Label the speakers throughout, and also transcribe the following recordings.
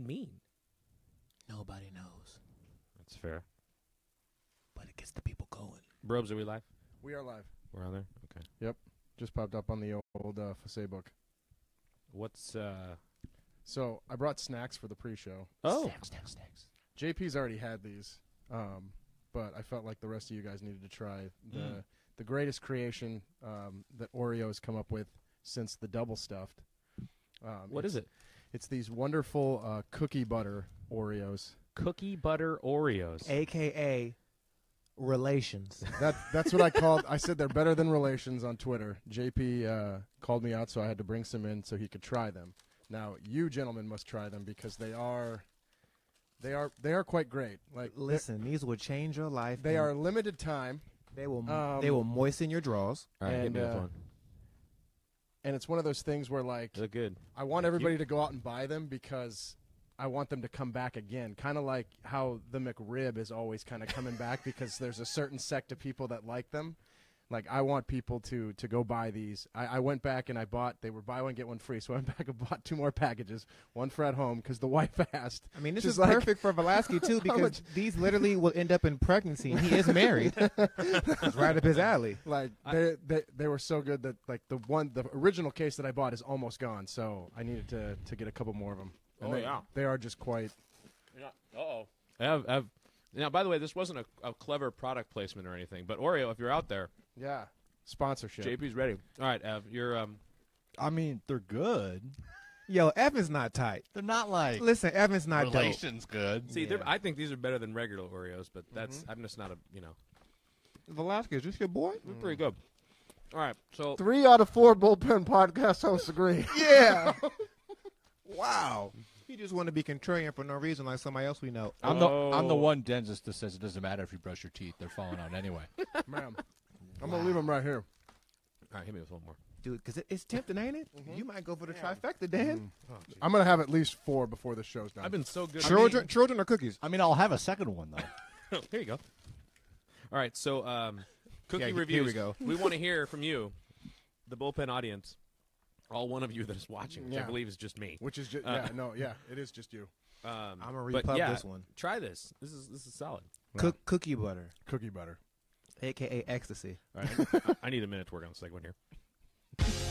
Speaker 1: mean?
Speaker 2: Nobody knows,
Speaker 3: That's fair.
Speaker 2: but it gets the people going.
Speaker 3: Brobes, are we live?
Speaker 4: We are live.
Speaker 3: We're on there. Okay.
Speaker 4: Just popped up on the old uh, Fasay book.
Speaker 3: What's uh?
Speaker 4: So I brought snacks for the pre-show.
Speaker 3: Oh,
Speaker 2: Snacks, snacks, snacks.
Speaker 4: JP's already had these, um, but I felt like the rest of you guys needed to try the
Speaker 3: Mm.
Speaker 4: the greatest creation um, that Oreo has come up with since the double stuffed. Um,
Speaker 3: what
Speaker 4: it's,
Speaker 3: is it?
Speaker 4: It's these wonderful uh, cookie butter Oreos.
Speaker 3: Cookie butter Oreos.
Speaker 2: AKA relations.
Speaker 4: That that's what I called. I said they're better than relations on Twitter. JP uh, called me out, so I had to bring some in so he could try them. Now you gentlemen must try them because they are, they are they are quite great. Like they're-
Speaker 2: Listen, these will change your life.
Speaker 4: they
Speaker 2: and
Speaker 4: are limited time,
Speaker 2: They will.
Speaker 4: um,
Speaker 2: they will moisten your drawers.
Speaker 3: All right, hit
Speaker 4: and,
Speaker 3: me with
Speaker 4: uh,
Speaker 3: one.
Speaker 4: and it's one of those things where like
Speaker 3: They look good.
Speaker 4: I want
Speaker 3: Thank
Speaker 4: everybody to go out and buy them because I want them to come back again. Kind of like how the McRib is always kind of coming back because there's a certain sect of people that like them. Like I want people to to go buy these. I, I went back and I bought. They were buy one get one free. So I went back and bought two more packages. One for at home because the wife asked.
Speaker 2: I mean, this
Speaker 4: She's
Speaker 2: is
Speaker 4: like-
Speaker 2: perfect for Velasquez too because
Speaker 4: much-
Speaker 2: these literally will end up in pregnancy, and he is married. it's right up his alley.
Speaker 4: Like they, they they were so good that like the one the original case that I bought is almost gone. So I needed to to get a couple more of them.
Speaker 3: Oh,
Speaker 4: they,
Speaker 3: yeah.
Speaker 4: they are just quite.
Speaker 3: oh. I've, I've, now, by the way, this wasn't a, a clever product placement or anything, but Oreo, if you're out there,
Speaker 4: Yeah, sponsorship.
Speaker 3: JP's ready. All right, Ev, you're um.
Speaker 5: I mean, they're good.
Speaker 2: Yo, Evan's not tight.
Speaker 5: They're not like
Speaker 2: Listen, Evan's not dope.
Speaker 5: relations good.
Speaker 3: See,
Speaker 4: Yeah.
Speaker 3: they're I think these are better than regular Oreos, but that's I'm just not a you know
Speaker 2: Velasquez, this your boy?
Speaker 3: they're pretty good. All right, so
Speaker 4: Three out of four bullpen podcast hosts agree.
Speaker 2: Yeah. wow. You just want to be contrarian for no reason, like somebody else we know.
Speaker 5: I'm the I'm the
Speaker 3: Oh.
Speaker 5: one dentist that says it doesn't matter if you brush your teeth; they're falling out anyway.
Speaker 4: Ma'am, I'm gonna leave them right here.
Speaker 3: all right, hit me with one more.
Speaker 2: Dude, because it, it's tempting, ain't it? You might go for the trifecta, Dan.
Speaker 4: I'm gonna have at least four before the show's done.
Speaker 3: I've been so good.
Speaker 2: Children, children or cookies?
Speaker 5: I mean, I'll have a second one though.
Speaker 3: Here Oh, you go. All right, so um, cookie
Speaker 2: Yeah, here we
Speaker 3: reviews.
Speaker 2: go.
Speaker 3: We want to hear from you, the bullpen audience, all one of you that is watching, which I
Speaker 4: Yeah.
Speaker 3: believe is just me.
Speaker 4: which is just
Speaker 3: Uh,
Speaker 4: yeah, no, yeah, it is just you.
Speaker 3: Um,
Speaker 2: I'ma
Speaker 3: but
Speaker 2: repub
Speaker 3: yeah,
Speaker 2: this one.
Speaker 3: Try this. This is this is solid.
Speaker 2: Cook, cookie butter,
Speaker 4: Cookie butter.
Speaker 2: aka ecstasy.
Speaker 3: All right, I- I need a minute to work on the second one here.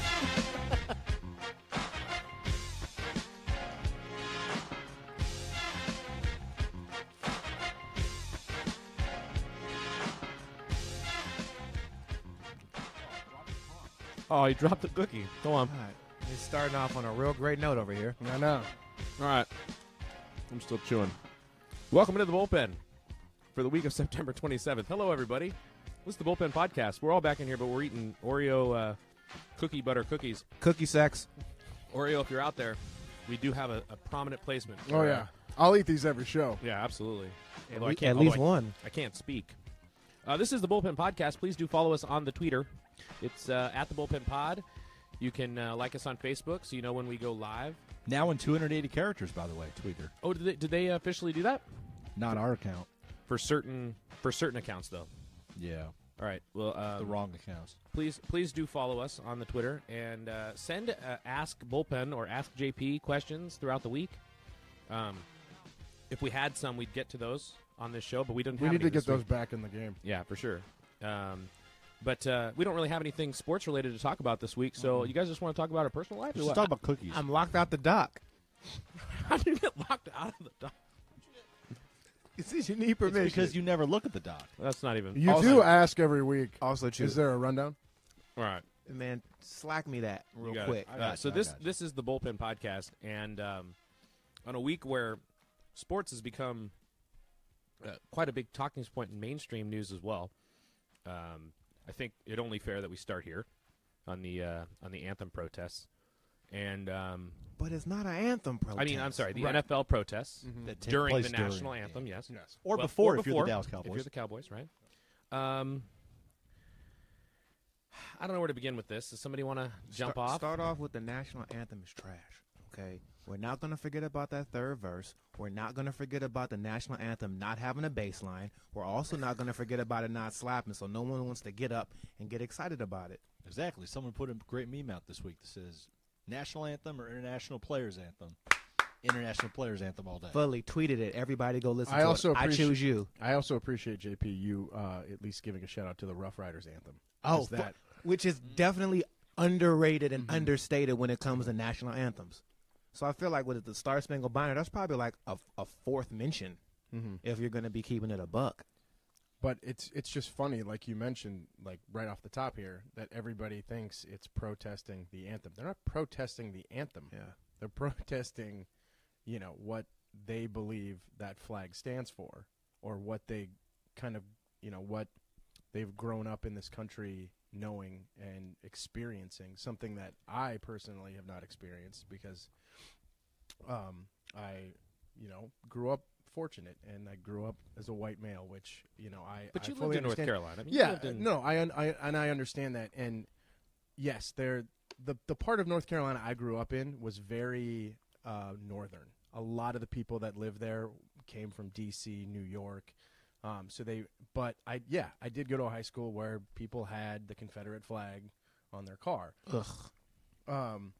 Speaker 3: Oh, you dropped the cookie. Go on.
Speaker 2: All right. It's starting off on a real great note over here.
Speaker 4: I know.
Speaker 3: All right. I'm still chewing. Welcome into the bullpen for the week of September 27th. Hello, everybody. This is the bullpen podcast. We're all back in here, but we're eating Oreo uh, cookie butter cookies.
Speaker 2: Cookie sex.
Speaker 3: Oreo, if you're out there, we do have a, a prominent placement.
Speaker 4: Oh
Speaker 3: for,
Speaker 4: yeah,
Speaker 3: uh,
Speaker 4: I'll eat these every show.
Speaker 3: yeah, absolutely. Although
Speaker 2: le-
Speaker 3: I can't-
Speaker 2: at least
Speaker 3: although I-
Speaker 2: one.
Speaker 3: I can't speak. Uh, this is the Bullpen Podcast. Please do follow us on the Twitter. It's uh, at the Bullpen Pod. You can uh, like us on Facebook so you know when we go live.
Speaker 5: now in 280 characters, by the way, Tweeter,
Speaker 3: Oh, did they, did they officially do that?
Speaker 5: not our account.
Speaker 3: For certain for certain accounts, though.
Speaker 5: Yeah,
Speaker 3: All right. Well,
Speaker 5: the
Speaker 3: um,
Speaker 5: wrong accounts.
Speaker 3: please please do follow us on the Twitter and uh, send uh, ask bullpen or ask JP questions throughout the week. Um, if we had some, we'd get to those on this show, but we didn't.
Speaker 4: We
Speaker 3: have
Speaker 4: need
Speaker 3: any
Speaker 4: to get
Speaker 3: this week.
Speaker 4: those back in the game.
Speaker 3: Yeah, for sure. Um, but uh, we don't really have anything sports related to talk about this week.
Speaker 4: Mm-hmm.
Speaker 3: So you guys just want to talk about our personal lives? or
Speaker 5: Let's
Speaker 3: what?
Speaker 5: talk about cookies.
Speaker 2: I'm locked out the dock.
Speaker 3: How did you get locked out of the dock?
Speaker 2: You see, you need
Speaker 5: it's
Speaker 2: permission.
Speaker 5: because you never look at the doc.
Speaker 3: That's not even.
Speaker 4: You
Speaker 2: Also-
Speaker 4: do ask every week.
Speaker 2: also choose.
Speaker 4: Is there a rundown?
Speaker 3: All right.
Speaker 2: Man, slack me that real
Speaker 3: You got it.
Speaker 2: quick.
Speaker 5: I
Speaker 3: Uh,
Speaker 5: got
Speaker 3: so
Speaker 5: you, I
Speaker 3: this
Speaker 5: got you.
Speaker 3: this is the bullpen podcast, and um, on a week where sports has become uh, quite a big talking point in mainstream news as well, um, I think it only fair that we start here on the uh, on the anthem protests, and um,
Speaker 2: But it's not an anthem protest.
Speaker 3: I mean I'm sorry the
Speaker 2: Right.
Speaker 3: NFL protests
Speaker 5: That take
Speaker 3: Mm-hmm. during
Speaker 5: place
Speaker 3: the national
Speaker 5: during,
Speaker 3: anthem,
Speaker 5: yeah.
Speaker 3: yes,
Speaker 4: Yes.
Speaker 5: or
Speaker 3: Well,
Speaker 5: before
Speaker 3: or
Speaker 5: if you're
Speaker 3: before,
Speaker 5: the Dallas
Speaker 3: If you're
Speaker 5: Cowboys.
Speaker 3: the Cowboys, right? Um, I don't know where to begin with this. Does somebody want to jump
Speaker 2: Start-
Speaker 3: off?
Speaker 2: Start off with the national anthem is trash. Okay, we're not gonna forget about that third verse. We're not gonna forget about the national anthem not having a bass line. We're also not gonna forget about it not slapping. So no one wants to get up and get excited about it.
Speaker 5: Exactly. Someone put a great meme out this week that says "National Anthem" or "International Players Anthem." International Players Anthem all day.
Speaker 2: fully tweeted it. Everybody go listen
Speaker 4: I
Speaker 2: to
Speaker 4: also
Speaker 2: it. I
Speaker 4: appreci-
Speaker 2: choose you.
Speaker 4: I also appreciate JP you uh, at least giving a shout out to the Rough Riders anthem. 'Cause
Speaker 2: Oh, fu-
Speaker 4: that
Speaker 2: which is definitely underrated
Speaker 4: Mm-hmm.
Speaker 2: and understated when it comes to national anthems. So I feel like with the Star Spangled Banner, that's probably like a, a fourth mention
Speaker 4: Mm-hmm.
Speaker 2: if you're going to be keeping it a buck.
Speaker 4: but it's it's just funny like you mentioned like right off the top here that everybody thinks it's protesting the anthem they're not protesting the anthem
Speaker 2: Yeah.
Speaker 4: they're protesting you know what they believe that flag stands for or what they kind of you know what they've grown up in this country knowing and experiencing something that i personally have not experienced because um, I, you know, grew up fortunate, and I grew up as a white male, which you know I.
Speaker 3: But
Speaker 4: I
Speaker 3: you
Speaker 4: fully
Speaker 3: lived in North
Speaker 4: understand-
Speaker 3: Carolina. You
Speaker 4: Yeah,
Speaker 3: lived in-
Speaker 4: no, I, un- I and I understand that, and yes, there the the part of North Carolina I grew up in was very uh, northern. A lot of the people that lived there came from D.C., New York. Um, so they, but I, yeah, I did go to a high school where people had the Confederate flag on their car.
Speaker 2: Ugh.
Speaker 4: Um,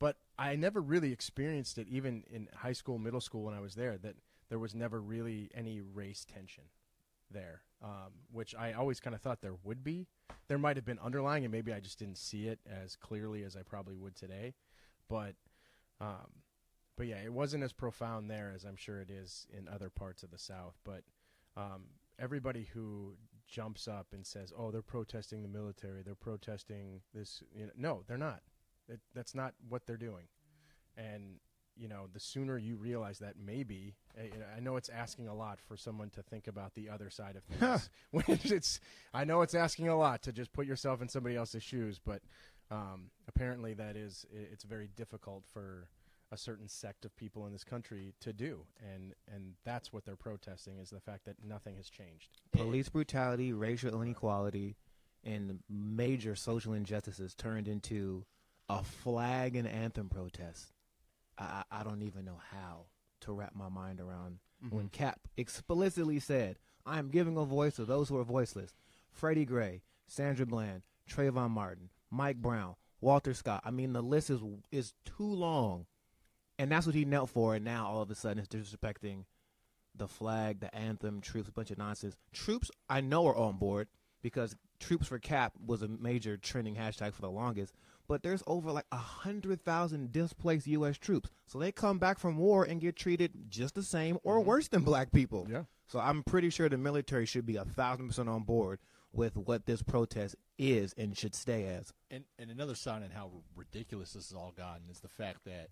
Speaker 4: but I never really experienced it, even in high school, middle school, when I was there, that there was never really any race tension there, um, which I always kind of thought there would be. There might have been underlying, and maybe I just didn't see it as clearly as I probably would today. But, um, but yeah, it wasn't as profound there as I'm sure it is in other parts of the South. But um, everybody who jumps up and says, "Oh, they're protesting the military. They're protesting this," you know, no, they're not. That that's not what they're doing. And you know, the sooner you realize that, maybe I, you know, I know it's asking a lot for someone to think about the other side of things. when it's, I know it's asking a lot to just put yourself in somebody else's shoes, but um, apparently that is i- it's very difficult for a certain sect of people in this country to do, and and that's what they're protesting is the fact that nothing has changed.
Speaker 2: Police brutality, racial inequality, and major social injustices turned into a flag and anthem protest. I, I I don't even know how to wrap my mind around when Cap explicitly said, I am giving a voice to those who are voiceless. Freddie Gray, Sandra Bland, Trayvon Martin, Mike Brown, Walter Scott. I mean, the list is is too long. And that's what he knelt for. And now all of a sudden it's disrespecting the flag, the anthem, troops, a bunch of nonsense. Troops, I know, are on board because troops for cap was a major trending hashtag for the longest. But there's over like a hundred thousand displaced U.S. troops, so they come back from war and get treated just the same or
Speaker 3: Mm-hmm.
Speaker 2: worse than black people.
Speaker 4: Yeah.
Speaker 2: So I'm pretty sure the military should be a thousand percent on board with what this protest is and should stay as.
Speaker 5: and, and another sign in how ridiculous this has all gotten is the fact that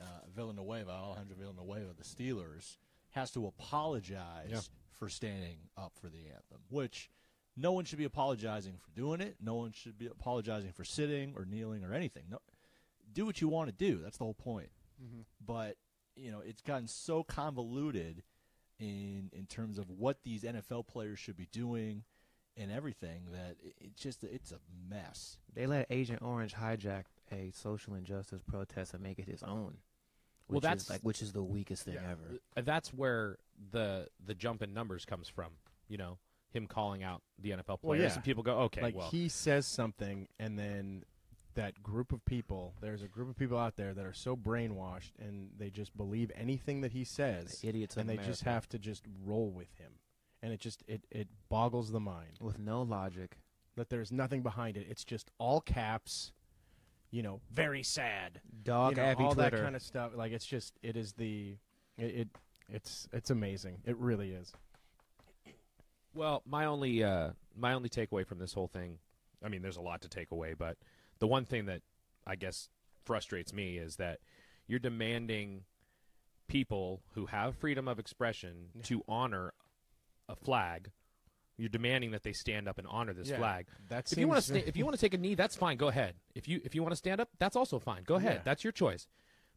Speaker 5: uh, Villanueva, Alejandro Villanueva, the Steelers, has to apologize
Speaker 4: Yeah.
Speaker 5: for standing up for the anthem, which no one should be apologizing for doing it. No one should be apologizing for sitting or kneeling or anything. No, do what you want to do. That's the whole point. But you know, it's gotten so convoluted in in terms of what these NFL players should be doing and everything that it, it just it's a mess.
Speaker 2: They let Agent Orange hijack a social injustice protest and make it his own.
Speaker 3: Well,
Speaker 2: Which
Speaker 3: that's-
Speaker 2: is like which is the weakest thing ever.
Speaker 3: Uh, that's where the the jump in numbers comes from. You know, him calling out the NFL players
Speaker 4: Well, yeah.
Speaker 3: and people go, okay,
Speaker 4: like
Speaker 3: well,
Speaker 4: he says something, and then that group of people, there's a group of people out there that are so brainwashed, and they just believe anything that he says.
Speaker 2: The idiots of
Speaker 4: and they just
Speaker 2: America.
Speaker 4: have to just roll with him, and it just it it boggles the mind
Speaker 2: with no logic.
Speaker 4: that there's nothing behind it. It's just all caps, you know, very sad,
Speaker 2: Dog
Speaker 4: you know,
Speaker 2: Abby
Speaker 4: all
Speaker 2: Twitter.
Speaker 4: that kind of stuff. Like it's just it is the it, it it's it's amazing. It really is.
Speaker 3: well, my only uh, my only takeaway from this whole thing, I mean, there's a lot to take away, but the one thing that I guess frustrates me is that you're demanding people who have freedom of expression to honor a flag. You're demanding that they stand up and honor this
Speaker 4: Yeah.
Speaker 3: flag.
Speaker 4: That
Speaker 3: if you want to
Speaker 4: seems-
Speaker 3: sta- if you want to take a knee, that's fine. Go ahead. If you if you want to stand up, that's also fine. Go ahead.
Speaker 4: Yeah.
Speaker 3: That's your choice.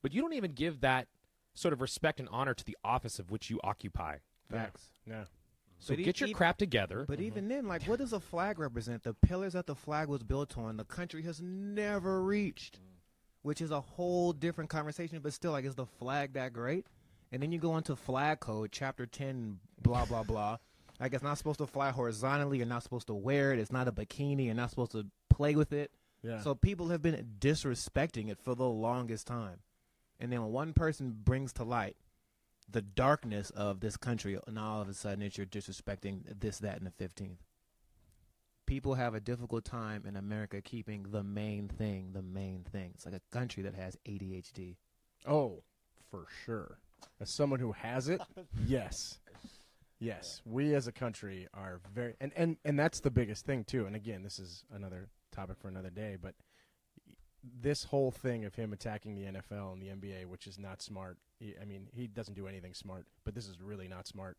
Speaker 3: But you don't even give that sort of respect and honor to the office of which you occupy.
Speaker 2: Facts.
Speaker 4: Yeah.
Speaker 3: So
Speaker 2: But e-
Speaker 3: get your
Speaker 2: e-
Speaker 3: crap together.
Speaker 2: But even then, like, what does a flag represent? The pillars that the flag was built on, the country has never reached, which is a whole different conversation. But still, like, is the flag that great? And then you go into flag code, chapter ten, blah blah blah. Like, it's not supposed to fly horizontally. You're not supposed to wear it. It's not a bikini. You're not supposed to play with it.
Speaker 4: Yeah.
Speaker 2: So people have been disrespecting it for the longest time. and then when one person brings to light the darkness of this country, and all of a sudden it's you're disrespecting this, that, and the fifteenth. People have a difficult time in America keeping the main thing the main thing. It's like a country that has ADHD.
Speaker 4: Oh, for sure. As someone who has it, yes. Yes, we as a country are very and, and and that's the biggest thing too. And again, this is another topic for another day, but this whole thing of him attacking the NFL and the NBA, which is not smart. he- I mean, he doesn't do anything smart, but this is really not smart.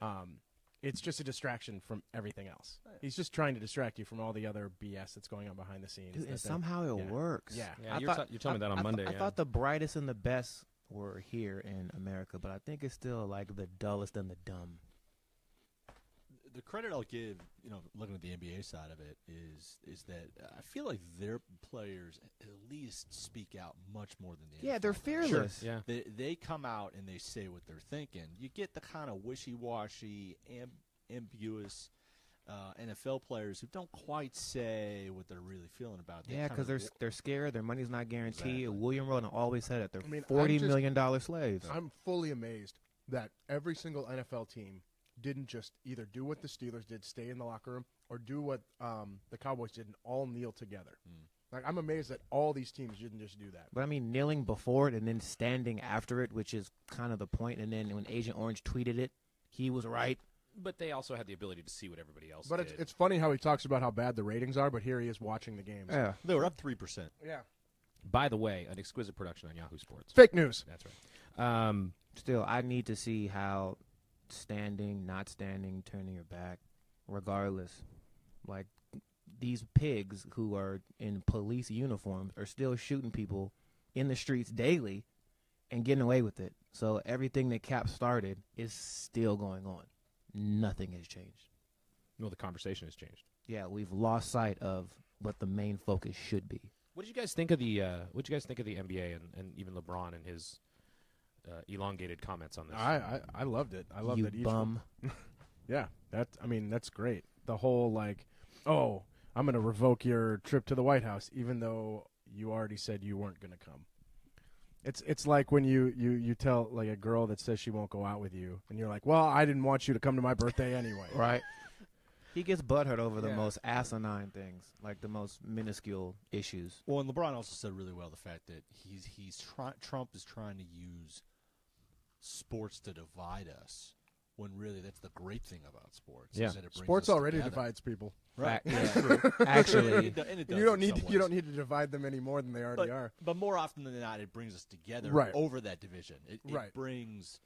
Speaker 4: Um, it's just a distraction from everything else.
Speaker 2: Oh,
Speaker 4: He's just trying to distract you from all the other BS that's going on behind the scenes.
Speaker 2: Dude,
Speaker 4: that
Speaker 2: and
Speaker 4: they-
Speaker 2: somehow it
Speaker 4: yeah.
Speaker 2: works.
Speaker 4: Yeah.
Speaker 3: Yeah,
Speaker 2: I
Speaker 3: you were
Speaker 2: thought-
Speaker 3: t- you told me that on
Speaker 2: I- I
Speaker 3: Monday.
Speaker 2: thought- I
Speaker 3: yeah.
Speaker 2: thought the brightest and the best were here in America, but I think it's still like the dullest and the dumb.
Speaker 5: the credit I'll give, you know, looking at the NBA side of it is is that I feel like their players at least speak out much more than the
Speaker 2: Yeah, they're
Speaker 5: NFL players.
Speaker 2: fearless.
Speaker 3: Yeah.
Speaker 5: They they come out and they say what they're thinking. You get the kind of wishy-washy, amb- ambiguous uh, NFL players who don't quite say what they're really feeling about. They
Speaker 2: Yeah,
Speaker 5: kinda
Speaker 2: because they're
Speaker 5: wa-
Speaker 2: s- they're scared. Their money's not guaranteed.
Speaker 5: Exactly.
Speaker 2: William Roden always said it. They're
Speaker 4: I mean, I'm
Speaker 2: forty
Speaker 4: just-
Speaker 2: million dollar slaves.
Speaker 4: I'm fully amazed that every single NFL team didn't just either do what the Steelers did, stay in the locker room, or do what um, the Cowboys did and all kneel together.
Speaker 2: Hmm.
Speaker 4: Like I'm amazed that all these teams didn't just do that.
Speaker 2: But I mean, kneeling before it and then standing after it, which is kind of the point. And then when Agent Orange tweeted it, he was right.
Speaker 3: But they also had the ability to see what everybody else
Speaker 4: But
Speaker 3: did.
Speaker 4: it's, it's funny how he talks about how bad the ratings are, but here he is watching the games.
Speaker 2: Yeah.
Speaker 5: they were up three percent.
Speaker 4: Yeah.
Speaker 3: By the way, an exquisite production on Yahoo Sports.
Speaker 4: Fake news.
Speaker 3: That's right. Um,
Speaker 2: Still, I need to see how standing, not standing, turning your back, regardless. Like these pigs who are in police uniforms are still shooting people in the streets daily and getting away with it. So everything that Cap started is still going on. Nothing has changed.
Speaker 3: well, the conversation has changed.
Speaker 2: Yeah, we've lost sight of what the main focus should be.
Speaker 3: What did you guys think of the? Uh, what did you guys think of the NBA and, and even LeBron and his uh, elongated comments on this?
Speaker 4: I, I I loved it. I loved
Speaker 2: you
Speaker 4: that each
Speaker 2: bum.
Speaker 4: Yeah, that I mean that's great. The whole like, oh, I'm going to revoke your trip to the White House, even though you already said you weren't going to come. It's it's like when you you you tell like a girl that says she won't go out with you, and you're like, well, I didn't want you to come to my birthday anyway.
Speaker 2: right? He gets butthurt over the
Speaker 4: Yeah.
Speaker 2: most asinine things, like the most minuscule issues.
Speaker 5: Well, and LeBron also said really well the fact that he's he's try, Trump is trying to use sports to divide us when really that's the great thing about sports. is
Speaker 3: Yeah.
Speaker 5: that it brings
Speaker 4: Sports
Speaker 5: us
Speaker 4: already
Speaker 5: together.
Speaker 4: divides people.
Speaker 5: right?
Speaker 2: Fact,
Speaker 5: That's
Speaker 2: yeah.
Speaker 5: true. And
Speaker 2: Actually,
Speaker 5: it do- and it does
Speaker 4: You don't
Speaker 5: in
Speaker 4: need
Speaker 5: some ways.
Speaker 4: you don't need to divide them any more than they already
Speaker 5: But,
Speaker 4: are.
Speaker 5: but more often than not, it brings us together
Speaker 4: Right.
Speaker 5: over that division. It, it
Speaker 4: Right.
Speaker 5: brings,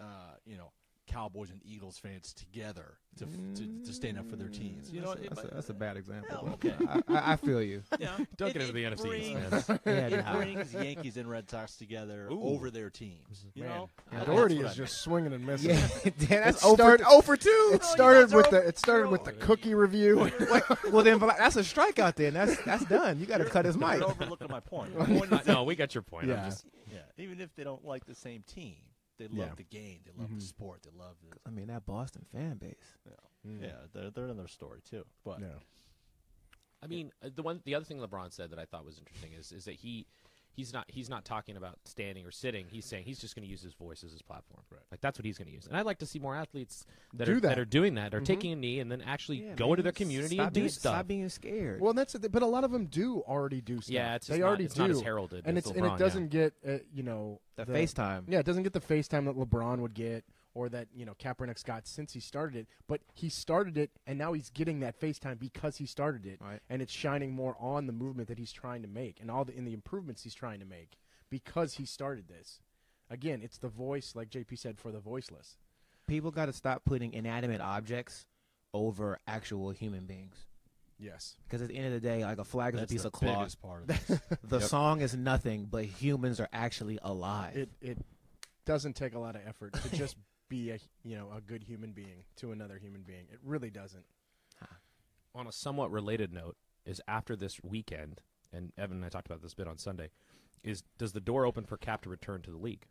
Speaker 5: uh, you know, Cowboys and Eagles fans together to, f- to, to stand up for their teams.
Speaker 4: Mm.
Speaker 5: You know,
Speaker 2: that's, a,
Speaker 5: it
Speaker 2: that's, a,
Speaker 5: might-
Speaker 2: that's a bad example.
Speaker 5: Yeah,
Speaker 2: but I, I, I feel you.
Speaker 5: you know,
Speaker 3: Don't
Speaker 5: it-
Speaker 3: get into
Speaker 5: it
Speaker 3: the NFC East,
Speaker 5: brings-
Speaker 3: man.
Speaker 2: Yeah,
Speaker 5: It
Speaker 2: nah.
Speaker 5: brings Yankees and Red Sox together
Speaker 3: Ooh.
Speaker 5: over their teams. You
Speaker 4: Man.
Speaker 5: know,
Speaker 2: Yeah,
Speaker 5: I-
Speaker 4: Doherty
Speaker 5: that's
Speaker 4: is
Speaker 5: what I
Speaker 4: just swinging and missing.
Speaker 2: yeah, damn, that's
Speaker 4: It start-
Speaker 2: over, over two.
Speaker 4: It
Speaker 5: you guys
Speaker 4: started
Speaker 5: are
Speaker 4: with
Speaker 5: over-
Speaker 4: the it started
Speaker 5: you're
Speaker 4: with the
Speaker 5: over.
Speaker 4: cookie review.
Speaker 2: well, then but that's a strikeout. Then that's that's done. You got to cut his
Speaker 5: mean.
Speaker 2: mic.
Speaker 5: You're overlooking my point. My point
Speaker 3: Uh,
Speaker 5: is that-
Speaker 3: no, we got your point. I'm
Speaker 4: Yeah.
Speaker 3: just-
Speaker 5: yeah, even if they don't like the same team, they love
Speaker 4: Yeah.
Speaker 5: the game, they love the sport, they love the
Speaker 2: I mean, that Boston fan base.
Speaker 4: Mm.
Speaker 5: yeah. They're, they're another story too, but
Speaker 4: No.
Speaker 3: I mean, uh, the one, the other thing LeBron said that I thought was interesting is is that he. He's not. He's not talking about standing or sitting. He's saying he's just going to use his voice as his platform. Right. Like that's what he's going to use. And I'd like to see more athletes that
Speaker 4: Do
Speaker 3: are
Speaker 4: that.
Speaker 3: are doing that, are taking a knee and then actually
Speaker 2: Mm-hmm. Yeah,
Speaker 3: go
Speaker 2: man,
Speaker 3: into their community
Speaker 2: stop
Speaker 3: and do
Speaker 2: being,
Speaker 3: stuff.
Speaker 2: Stop being scared.
Speaker 4: Well, that's the thing, but a lot of them do already do stuff.
Speaker 3: Yeah, it's just
Speaker 4: they
Speaker 3: not-
Speaker 4: already
Speaker 3: it's
Speaker 4: do.
Speaker 3: not as heralded
Speaker 4: and
Speaker 3: as
Speaker 4: it's
Speaker 3: LeBron,
Speaker 4: and
Speaker 3: yeah.
Speaker 4: it doesn't get uh, you know
Speaker 2: the, FaceTime.
Speaker 4: Yeah, it doesn't get the FaceTime that LeBron would get or that you know Kaepernick's got since he started it. But he started it, and now he's getting that FaceTime because he started it,
Speaker 2: Right.
Speaker 4: and it's shining more on the movement that he's trying to make and all the in the improvements he's trying to make because he started this. Again, it's the voice, like JP said, for the voiceless.
Speaker 2: People got to stop putting inanimate objects over actual human beings.
Speaker 4: Yes.
Speaker 2: Because at the end of the day, like a flag is
Speaker 5: that's
Speaker 2: a piece
Speaker 5: the
Speaker 2: of cloth.
Speaker 5: biggest part of this.
Speaker 2: The song is nothing, but humans are actually alive.
Speaker 4: it it doesn't take a lot of effort to just be a you know a good human being to another human being. It really doesn't.
Speaker 3: on a somewhat related note is after this weekend, and Evan and I talked about this a bit on Sunday, is does the door open for Cap to return to the league?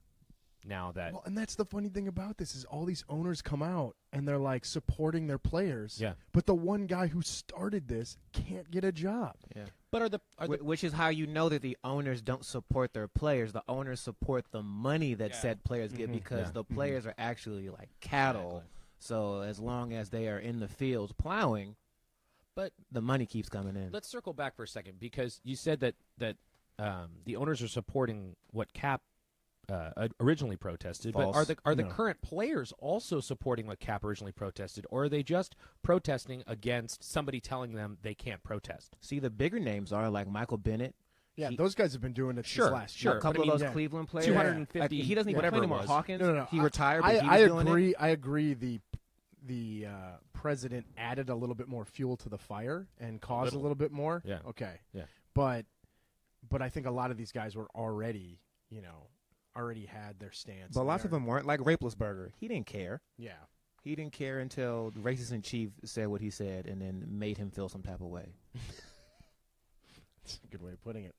Speaker 3: Now that
Speaker 4: Well, and that's the funny thing about this is all these owners come out and they're like supporting their players.
Speaker 3: Yeah.
Speaker 4: But the one guy who started this can't get a job.
Speaker 2: Yeah.
Speaker 3: But are the are the
Speaker 2: Wh- which is how you know that the owners don't support their players. The owners support the money that
Speaker 5: Yeah.
Speaker 2: said players get
Speaker 4: Mhm.
Speaker 2: because
Speaker 4: Yeah.
Speaker 2: the players are actually like cattle.
Speaker 5: Exactly.
Speaker 2: So as long as they are in the fields plowing,
Speaker 3: But-
Speaker 2: the money keeps coming in.
Speaker 3: let's circle back for a second because you said that that um, the owners are supporting what Cap uh, o- originally protested, but are
Speaker 2: False.
Speaker 3: the are the
Speaker 5: No.
Speaker 3: current players also supporting what Cap originally protested, or are they just protesting against somebody telling them they can't protest?
Speaker 2: See, the bigger names are like Michael Bennett.
Speaker 4: Yeah,
Speaker 2: He-
Speaker 4: those guys have been doing it
Speaker 3: Sure,
Speaker 4: since last
Speaker 3: sure.
Speaker 2: a
Speaker 4: year.
Speaker 2: couple
Speaker 3: but I mean,
Speaker 2: of those
Speaker 4: yeah.
Speaker 2: Cleveland players.
Speaker 3: 250
Speaker 2: Like, he doesn't even
Speaker 3: whatever
Speaker 2: play
Speaker 3: it
Speaker 2: anymore.
Speaker 3: was.
Speaker 2: Hawkins,
Speaker 4: No, no, no.
Speaker 2: he
Speaker 4: I-
Speaker 2: retired, but
Speaker 4: I,
Speaker 2: he
Speaker 4: I
Speaker 2: was doing it.
Speaker 4: agree. I agree. The the uh, president added a little bit more fuel to the fire and caused a
Speaker 3: little.
Speaker 4: little, bit more.
Speaker 3: Yeah.
Speaker 4: Okay.
Speaker 3: Yeah.
Speaker 4: But but I think a lot of these guys were already, you know, already had their stance.
Speaker 2: But
Speaker 4: and
Speaker 2: lots of
Speaker 4: they're-
Speaker 2: them weren't. Like Raplesberger, he didn't care.
Speaker 4: Yeah.
Speaker 2: He didn't care until the racist in chief said what he said and then made him feel some type of way.
Speaker 4: That's a good way of putting it.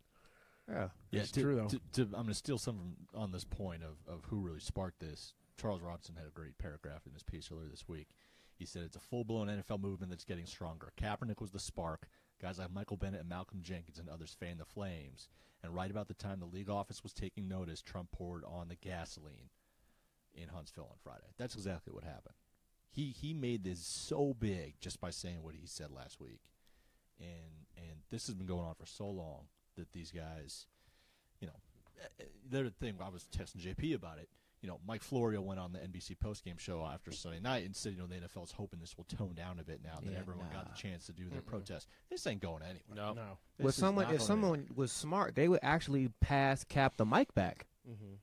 Speaker 2: Yeah.
Speaker 5: Yeah,
Speaker 4: It's
Speaker 5: to-
Speaker 4: true, though.
Speaker 5: to- to- I'm going to steal some from on this point of, of who really sparked this. Charles Robinson had a great paragraph in this piece earlier this week. He said it's a full blown NFL movement that's getting stronger. Kaepernick was the spark. Guys like Michael Bennett and Malcolm Jenkins and others fanned the flames. And right about the time the league office was taking notice, Trump poured on the gasoline in Huntsville on Friday. That's exactly what happened. He he made this so big just by saying what he said last week. And and this has been going on for so long that these guys you know, uh, uh, the other thing I was texting JP about it. You know, Mike Florio went on the NBC postgame show after Sunday night and said, you know, the NFL's hoping this will tone down a bit now that
Speaker 2: Yeah,
Speaker 5: everyone got
Speaker 2: nah.
Speaker 5: the chance to do their protest. This ain't going anywhere.
Speaker 3: No.
Speaker 4: No.
Speaker 5: This
Speaker 2: With
Speaker 5: is
Speaker 2: someone,
Speaker 5: not
Speaker 2: if
Speaker 5: going
Speaker 2: someone was smart, they would actually pass Cap the mic back.
Speaker 4: Mm-hmm.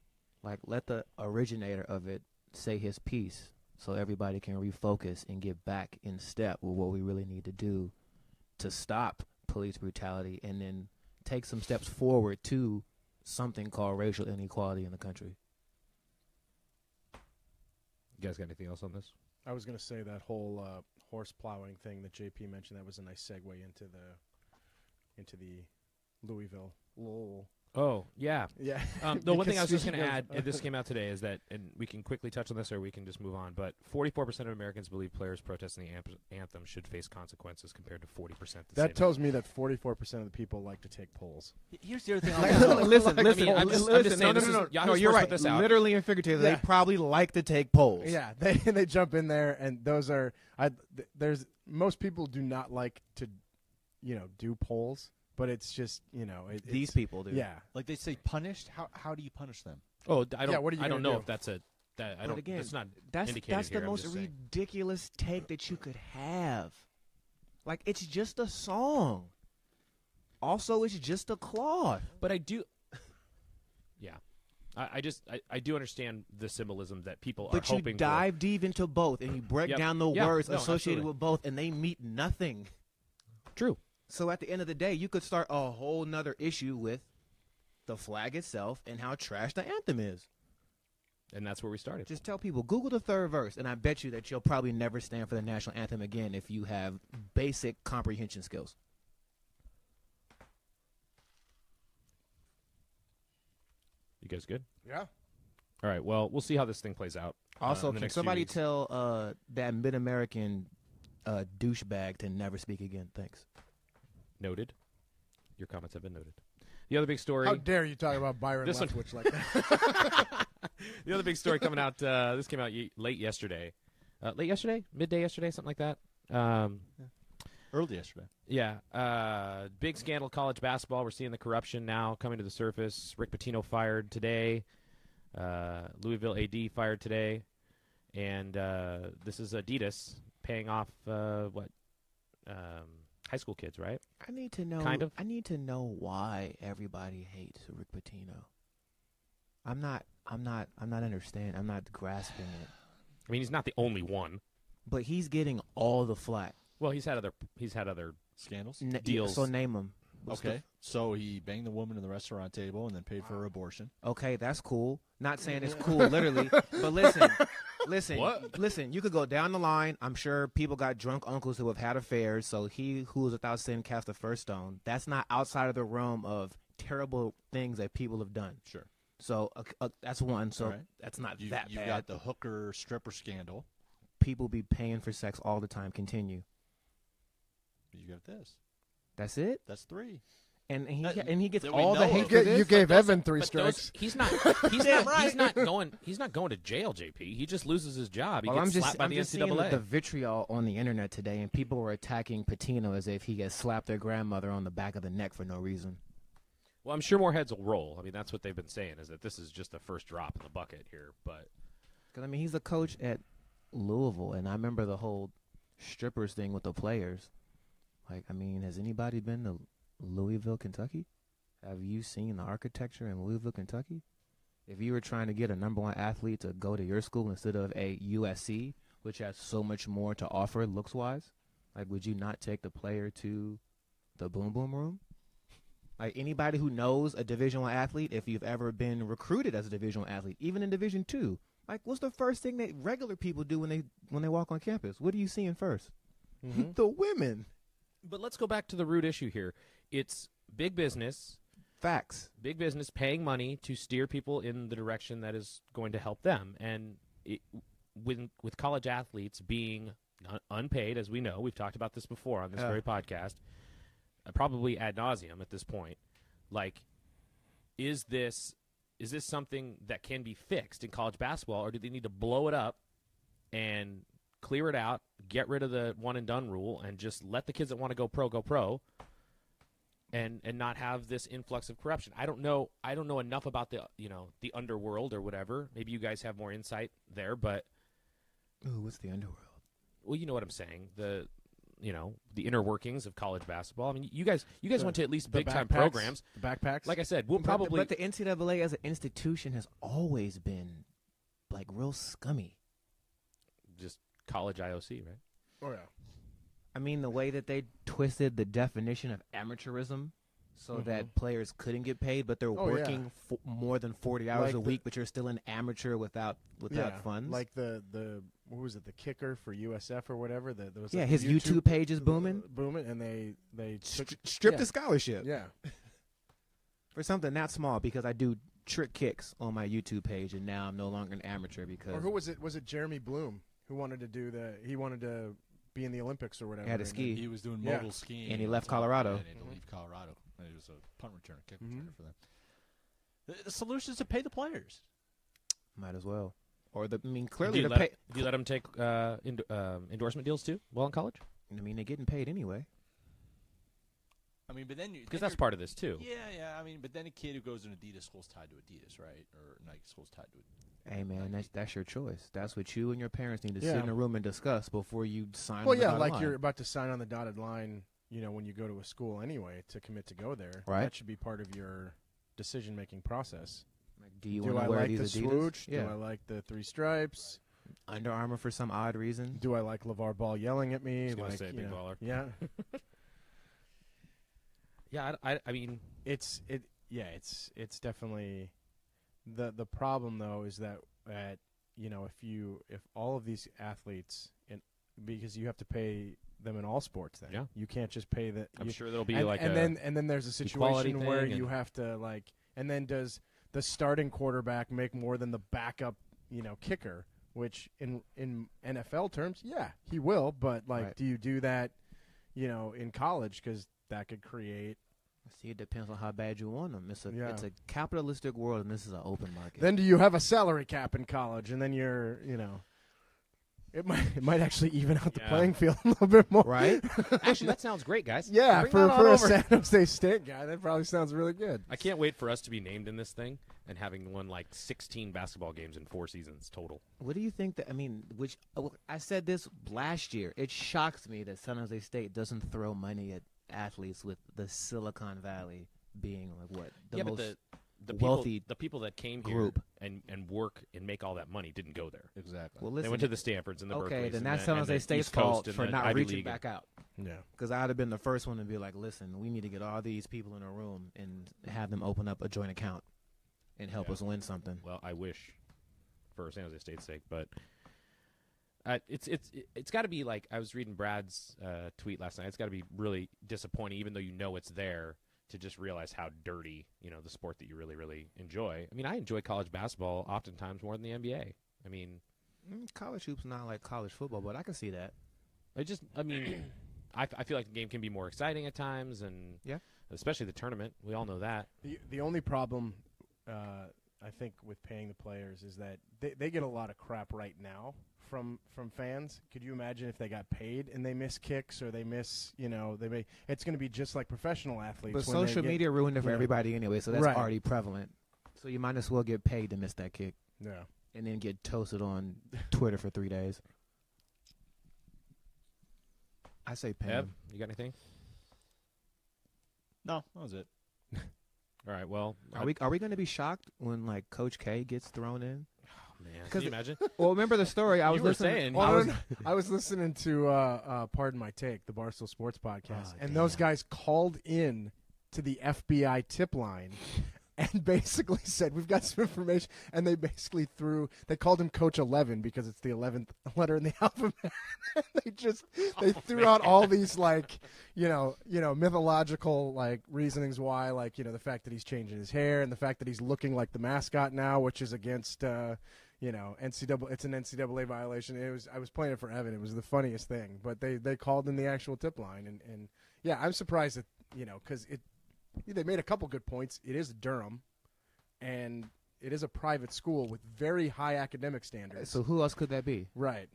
Speaker 2: Like, let the originator of it say his piece so everybody can refocus and get back in step with what we really need to do to stop police brutality and then take some steps forward to something called racial inequality in the country.
Speaker 3: You guys got anything else on this?
Speaker 4: I was going to say that whole uh, horse plowing thing that JP mentioned. That was a nice segue into the into the Louisville. Lowell.
Speaker 3: Oh yeah.
Speaker 4: Yeah.
Speaker 3: Um, the one thing I was
Speaker 4: Because
Speaker 3: just
Speaker 4: you
Speaker 3: going to
Speaker 4: guys-
Speaker 3: add, and this came out today, is that, and we can quickly touch on this, or we can just move on. But 44% of Americans believe players protesting the amp- anthem should face consequences, compared to 40% that, say
Speaker 4: That tells me that 44% of the people like to take polls.
Speaker 5: anywhere. Here's the other thing.
Speaker 2: Like,
Speaker 5: I'll
Speaker 2: no, no, listen,
Speaker 3: I
Speaker 2: listen,
Speaker 3: mean, I'm just- I'm just saying
Speaker 2: no,
Speaker 3: this
Speaker 2: no, no, no,
Speaker 3: is- Yahoo
Speaker 2: no, you're
Speaker 3: Sports put
Speaker 2: right.
Speaker 3: this out.
Speaker 2: Literally and figuratively,
Speaker 4: Yeah.
Speaker 2: they probably like to take polls.
Speaker 4: Yeah, they they jump in there and those are I th- there's most people do not like to you know do polls, but it's just, you know, it,
Speaker 2: these
Speaker 4: it's-
Speaker 2: people do.
Speaker 4: Yeah.
Speaker 5: like they say punished. How how do you punish them?
Speaker 3: Oh, d- I don't.
Speaker 4: Yeah, what are you
Speaker 3: I don't
Speaker 4: gonna
Speaker 3: know
Speaker 4: do?
Speaker 3: if that's a. That I
Speaker 2: But
Speaker 3: don't.
Speaker 2: again,
Speaker 3: that's not.
Speaker 2: That's
Speaker 3: indicated
Speaker 2: that's
Speaker 3: here,
Speaker 2: the
Speaker 3: I'm
Speaker 2: most
Speaker 3: just saying.
Speaker 2: ridiculous take that you could have. Like it's just a song. Also, it's just a cloth.
Speaker 3: But I do. Yeah, I, I just I, I do understand the symbolism that people
Speaker 2: But
Speaker 3: are
Speaker 2: you
Speaker 3: hoping
Speaker 2: dive deep into both, and you break
Speaker 3: Yep.
Speaker 2: down the
Speaker 3: Yeah,
Speaker 2: words
Speaker 3: no,
Speaker 2: associated
Speaker 3: absolutely.
Speaker 2: with both, and they meet nothing.
Speaker 3: for. True.
Speaker 2: So at the end of the day, you could start a whole nother issue with the flag itself and how trash the anthem is.
Speaker 3: And that's where we started.
Speaker 2: Just tell people Google the third verse, and I bet you that you'll probably never stand for the national anthem again if you have basic comprehension skills.
Speaker 3: you guys good?
Speaker 4: Yeah.
Speaker 3: All right. Well, we'll see how this thing plays out. uh,
Speaker 2: Also,
Speaker 3: in the
Speaker 2: can
Speaker 3: next few
Speaker 2: somebody
Speaker 3: weeks.
Speaker 2: tell uh, that mid American uh, douchebag to never speak again? Thanks.
Speaker 3: noted? Your comments have been noted. The other big story.
Speaker 4: How dare you talk about Byron
Speaker 3: This one-
Speaker 4: Leftwich like that?
Speaker 3: the other big story coming out. Uh, this came out ye- late yesterday. Uh, late yesterday, midday yesterday, something like that. Um,
Speaker 5: Early yesterday.
Speaker 3: Yeah, uh, big scandal college basketball. We're seeing the corruption now coming to the surface. Rick Pitino fired today. Uh, Louisville AD fired today, and uh, this is Adidas paying off uh, what um, high school kids, right?
Speaker 2: I need to know.
Speaker 3: Kind of.
Speaker 2: I need to know why everybody hates Rick Pitino. I'm not. I'm not. I'm not understanding. I'm not grasping it.
Speaker 3: I mean, he's not the only one.
Speaker 2: But he's getting all the flack.
Speaker 3: Well, he's had other he's had other
Speaker 5: Scandals.
Speaker 2: N-
Speaker 3: Deals.
Speaker 2: So name him.
Speaker 5: Okay. So he banged the woman in the restaurant table and then paid for her abortion.
Speaker 2: Okay, that's cool. Not saying it's cool, literally, but listen, listen,
Speaker 3: What?
Speaker 2: listen. You could go down the line. I'm sure people got drunk uncles who have had affairs. So he who is without sin cast the first stone. That's not outside of the realm of terrible things that people have done.
Speaker 5: Sure.
Speaker 2: So uh, uh, that's one. So
Speaker 5: All right.
Speaker 2: that's not
Speaker 5: You,
Speaker 2: that
Speaker 5: you
Speaker 2: bad.
Speaker 5: got the hooker stripper scandal.
Speaker 2: people be paying for sex all the time. Continue.
Speaker 5: You got this.
Speaker 2: That's it.
Speaker 5: That's three.
Speaker 2: and and he,
Speaker 5: That-
Speaker 2: and he gets
Speaker 5: that Uh, we
Speaker 2: all the
Speaker 5: know
Speaker 4: You,
Speaker 5: of.
Speaker 2: hate for
Speaker 4: get, you
Speaker 2: this.
Speaker 4: gave Evan three
Speaker 3: But those,
Speaker 4: strikes.
Speaker 3: he's not. He's not. He's not going. He's not going to jail, JP. He just loses his job. He
Speaker 2: Well,
Speaker 3: gets
Speaker 2: I'm just
Speaker 3: slapped by
Speaker 2: I'm
Speaker 3: the
Speaker 2: just seeing
Speaker 3: NCAA.
Speaker 2: the vitriol on the internet today, and people were attacking Patino as if he had slapped their grandmother on the back of the neck for no reason.
Speaker 3: Well, I'm sure more heads will roll. I mean, that's what they've been saying is that this is just the first drop in the bucket here. But
Speaker 2: Because I mean, he's a coach at Louisville, and I remember the whole strippers thing with the players. Like, I mean, has anybody been to Louisville, Kentucky? Have you seen the architecture in Louisville, Kentucky? If you were trying to get a number one athlete to go to your school instead of a USC, which has so much more to offer looks wise, like, would you not take the player to the boom boom room? Like anybody who knows a Division One athlete, if you've ever been recruited as a Division One athlete, even in Division Two, like what's the first thing that regular people do when they when they walk on campus? What are you seeing 1st
Speaker 4: Mm-hmm.
Speaker 2: the women.
Speaker 3: but let's go back to the root issue here. It's big business,
Speaker 2: Facts.
Speaker 3: big business paying money to steer people in the direction that is going to help them. And it, with with college athletes being un- unpaid, as we know, we've talked about this before on this
Speaker 2: Yeah.
Speaker 3: very podcast, uh, probably ad nauseum at this point. Like, is this is this something that can be fixed in college basketball, or do they need to blow it up and clear it out, get rid of the one and done rule, and just let the kids that want to go pro go pro, and and not have this influx of corruption. I don't know. I don't know enough about the you know the underworld or whatever. Maybe you guys have more insight there, but
Speaker 2: Ooh, what's the underworld?
Speaker 3: well, you know what I'm saying. The you know the inner workings of college basketball. I mean, you guys you guys went to at least
Speaker 4: The
Speaker 3: big time
Speaker 4: backpacks-
Speaker 3: programs.
Speaker 4: the backpacks.
Speaker 3: Like I said, we'll probably
Speaker 2: but, the NCAA as an institution has always been like real scummy.
Speaker 3: just college IOC, right?
Speaker 4: oh yeah,
Speaker 2: I mean, the way that they twisted the definition of amateurism. So that players couldn't get paid, but they're
Speaker 4: Oh, yeah.
Speaker 2: working fo- more than forty hours
Speaker 4: Like
Speaker 2: a
Speaker 4: the-
Speaker 2: week, but you're still an amateur without without
Speaker 4: yeah.
Speaker 2: funds.
Speaker 4: Like the the what was it? The kicker for USF or whatever. The, there was
Speaker 2: yeah,
Speaker 4: a
Speaker 2: his YouTube, uh, page is booming.
Speaker 4: booming, and they they took,
Speaker 2: Stri- stripped
Speaker 4: yeah.
Speaker 2: a scholarship.
Speaker 4: yeah.
Speaker 2: for something that small because I do trick kicks on my YouTube page, and now I'm no longer an amateur because
Speaker 4: Or who was it? Was it Jeremy Bloom who wanted to do the? He wanted to be in the Olympics or whatever.
Speaker 2: I had to
Speaker 4: and
Speaker 2: ski.
Speaker 5: He was doing
Speaker 4: Yeah.
Speaker 5: mogul skiing,
Speaker 2: And he left
Speaker 5: so- yeah,
Speaker 2: Colorado.
Speaker 5: and he had to leave Colorado. And He was a punt returner, kick
Speaker 4: Mhm.
Speaker 5: returner for them. The, the solution is to pay the players.
Speaker 2: might as well. Or the I mean, clearly
Speaker 3: do you
Speaker 2: the
Speaker 3: let
Speaker 2: pay.
Speaker 3: do you let them take uh, ind- um, endorsement deals too while in college?
Speaker 2: I mean, they're getting paid anyway.
Speaker 5: I mean, but then you
Speaker 3: Because
Speaker 5: then
Speaker 3: that's
Speaker 5: you're-
Speaker 3: part of this too.
Speaker 5: Yeah, yeah. I mean, but then a kid who goes to an Adidas school's tied to Adidas, right? Or Nike school's tied to it.
Speaker 2: Hey man, that's that's your choice. That's what you and your parents need to
Speaker 4: Yeah.
Speaker 2: sit in a room and discuss before you sign.
Speaker 4: Well,
Speaker 2: on the
Speaker 4: yeah,
Speaker 2: dotted
Speaker 4: like
Speaker 2: line.
Speaker 4: you're about to sign on the dotted line. You know, when you go to a school anyway to commit to go there,
Speaker 2: Right.
Speaker 4: That should be part of your decision making process.
Speaker 2: Like, do you
Speaker 4: do
Speaker 2: want
Speaker 4: I
Speaker 2: to wear
Speaker 4: like
Speaker 2: these
Speaker 4: the
Speaker 2: Adidas?
Speaker 4: swoosh?
Speaker 2: Yeah,
Speaker 4: Do I like the three stripes?
Speaker 2: Under Armour for some odd reason.
Speaker 4: Do I like LeVar Ball yelling at me?
Speaker 3: was gonna
Speaker 4: like,
Speaker 3: say,
Speaker 4: you
Speaker 3: big
Speaker 4: know,
Speaker 3: baller.
Speaker 4: Yeah,
Speaker 3: Yeah, I, I, I mean,
Speaker 4: it's it. Yeah, it's it's definitely the the problem though is that at you know if you if all of these athletes and because you have to pay them in all sports then
Speaker 3: Yeah.
Speaker 4: you can't just pay the
Speaker 3: I'm
Speaker 4: you-
Speaker 3: sure there'll be
Speaker 4: and,
Speaker 3: like
Speaker 4: and
Speaker 3: a,
Speaker 4: then and then there's a
Speaker 3: equality
Speaker 4: situation where
Speaker 3: thing
Speaker 4: you
Speaker 3: and-
Speaker 4: have to like and then does the starting quarterback make more than the backup you know kicker which in in NFL terms yeah he will but like
Speaker 2: Right.
Speaker 4: do you do that you know in college cuz that could create
Speaker 2: See, it depends on how bad you want them. It's a
Speaker 4: Yeah.
Speaker 2: it's a capitalistic world, and this is an open market.
Speaker 4: then do you have a salary cap in college and then you're you know it might it might actually even out the
Speaker 3: Yeah.
Speaker 4: playing field a little bit more
Speaker 2: right?
Speaker 3: actually, that sounds great, guys.
Speaker 4: yeah
Speaker 3: Bring
Speaker 4: for
Speaker 3: that on
Speaker 4: for a
Speaker 3: over.
Speaker 4: San Jose State guy that probably sounds really good
Speaker 3: I can't wait for us to be named in this thing and having won like 16 basketball games in four seasons total.
Speaker 2: What do you think that I mean? Which oh, I said this last year. It shocks me that San Jose State doesn't throw money at athletes with the Silicon Valley being like what the most.
Speaker 3: the people,
Speaker 2: wealthy
Speaker 3: the people that came
Speaker 2: group.
Speaker 3: here and and work and make all that money didn't go there.
Speaker 5: Exactly.
Speaker 2: well, listen,
Speaker 3: they went to the Stanfords and the
Speaker 2: okay,
Speaker 3: Berkeleys
Speaker 2: then
Speaker 3: and
Speaker 2: that's
Speaker 3: the-
Speaker 2: San
Speaker 3: and the
Speaker 2: Jose State's
Speaker 3: East Coast
Speaker 2: fault
Speaker 3: and
Speaker 2: for
Speaker 3: the
Speaker 2: not
Speaker 3: Ivy
Speaker 2: reaching
Speaker 3: League.
Speaker 2: back out.
Speaker 4: yeah
Speaker 2: Because I'd have been the first one to be like, "Listen, we need to get all these people in a room and have them open up a joint account and help
Speaker 3: Yeah.
Speaker 2: us win something."
Speaker 3: Well, I wish for San Jose State's sake, but uh, it's it's it's got to be like I was reading Brad's uh, tweet last night. It's got to be really disappointing, even though you know it's there, to just realize how dirty you know the sport that you really really enjoy. I mean, I enjoy college basketball oftentimes more than the NBA. I mean,
Speaker 2: Mm, College hoops not like college football, but I can see that.
Speaker 3: I just I mean, I, f- I feel like the game can be more exciting at times, and
Speaker 2: Yeah.
Speaker 3: especially the tournament. We all know that.
Speaker 4: The the only problem, uh, I think, with paying the players is that they, they get a lot of crap right now from from fans. Could you imagine if they got paid and they miss kicks or they miss, you know, they may, it's going to be just like professional athletes.
Speaker 2: But
Speaker 4: when they
Speaker 2: social
Speaker 4: get-
Speaker 2: media ruined it for
Speaker 4: yeah.
Speaker 2: everybody anyway, so that's
Speaker 4: Right.
Speaker 2: already prevalent. So you might as well get paid to miss that kick
Speaker 4: Yeah.
Speaker 2: and then get toasted on Twitter for three days. I say pay. 'em.
Speaker 3: Ev, you got anything?
Speaker 5: No, that was it.
Speaker 3: All right. Well,
Speaker 2: Are we are we going to be shocked when like Coach K gets thrown in?
Speaker 3: Man, can
Speaker 2: 'Cause
Speaker 3: you
Speaker 2: it-
Speaker 3: imagine?
Speaker 2: Well, remember the story I
Speaker 3: You
Speaker 2: was
Speaker 3: were
Speaker 2: listening.
Speaker 3: saying-
Speaker 2: I
Speaker 4: Oh, no,
Speaker 2: was,
Speaker 4: no, no. I was listening to uh, uh, Pardon My Take, the Barstool Sports podcast,
Speaker 2: Oh,
Speaker 4: and those
Speaker 2: damn.
Speaker 4: guys called in to the FBI tip line and basically said, We've got some information. And they basically threw, they called him Coach 11 because it's the 11th letter in the alphabet. they just, they threw out all these, like, you know, you know, mythological, like, reasonings why, like, you know, the fact that he's changing his hair and the fact that he's looking like the mascot now, which is against, uh, you know, NCAA. It's an NCAA violation. It was. I was playing it for Evan. It was the funniest thing. But they they called in the actual tip line, and and yeah, I'm surprised that you know because it they made a couple good points. It is Durham, and it is a private school with very high academic standards.
Speaker 2: so who else could that be?
Speaker 4: right,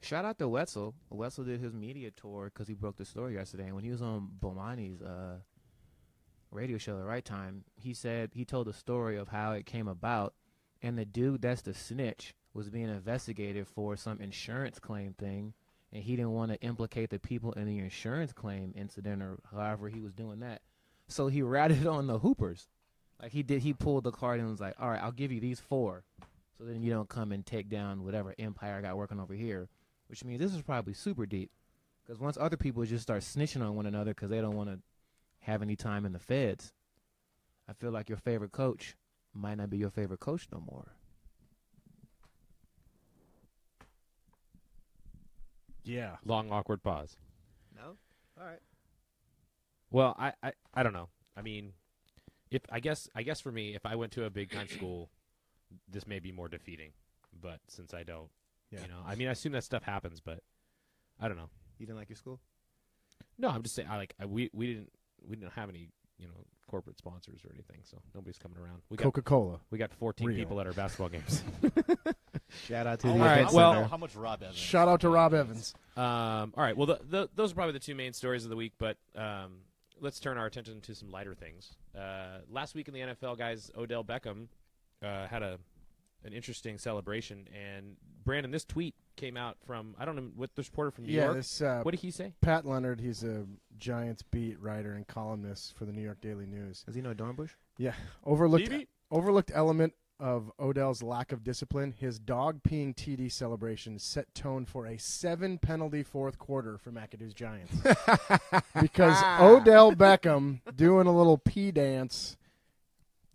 Speaker 2: Shout out to Wetzel. Wetzel did his media tour because he broke the story yesterday. And when he was on Bomani's uh, radio show, The Right Time, he said he told the story of how it came about. And the dude that's the snitch was being investigated for some insurance claim thing. And he didn't want to implicate the people in the insurance claim incident or however he was doing that. So he ratted on the Hoopers. Like he did, he pulled the card and was like, all right, I'll give you these four. So then you don't come and take down whatever empire I got working over here which means this is probably super deep. Because once other people just start snitching on one another because they don't want to have any time in the feds, I feel like your favorite coach might not be your favorite coach no more.
Speaker 4: yeah.
Speaker 3: Long awkward pause.
Speaker 2: No. All right.
Speaker 3: Well, I, I, I don't know. I mean, if I guess I guess for me, if I went to a big time school, this may be more defeating. But since I don't,
Speaker 4: Yeah.
Speaker 3: you know, I mean, I assume that stuff happens, but I don't know.
Speaker 2: You didn't like your school?
Speaker 3: No, I'm just saying. I like I, we we didn't we didn't have any you know corporate sponsors or anything, so nobody's coming around. We got
Speaker 4: Coca Cola.
Speaker 3: we got 14
Speaker 4: Real.
Speaker 3: people at our basketball games.
Speaker 2: Shout out to
Speaker 5: I
Speaker 2: the
Speaker 5: wanna-
Speaker 3: All right,
Speaker 5: I
Speaker 2: event
Speaker 5: wanna
Speaker 3: well-
Speaker 5: know
Speaker 2: center.
Speaker 5: how much Rob Evans?
Speaker 4: Shout out to Rob Evans.
Speaker 3: Um, all right. Well, th th those are probably the two main stories of the week, but um, let's turn our attention to some lighter things. Uh, last week in the NFL, guys, Odell Beckham uh, had a an interesting celebration, and Brandon, this tweet came out from I don't know what this reporter from New
Speaker 4: yeah,
Speaker 3: York.
Speaker 4: this uh,
Speaker 3: what did he say?
Speaker 4: Pat Leonard. He's a Giants beat writer and columnist for the New York Daily News.
Speaker 2: Does he know Dornbush?
Speaker 4: Yeah, overlooked
Speaker 3: DB?
Speaker 4: overlooked element of Odell's lack of discipline. His dog peeing TD celebration set tone for a seven penalty fourth quarter for McAdoo's Giants because Odell Beckham doing a little pee dance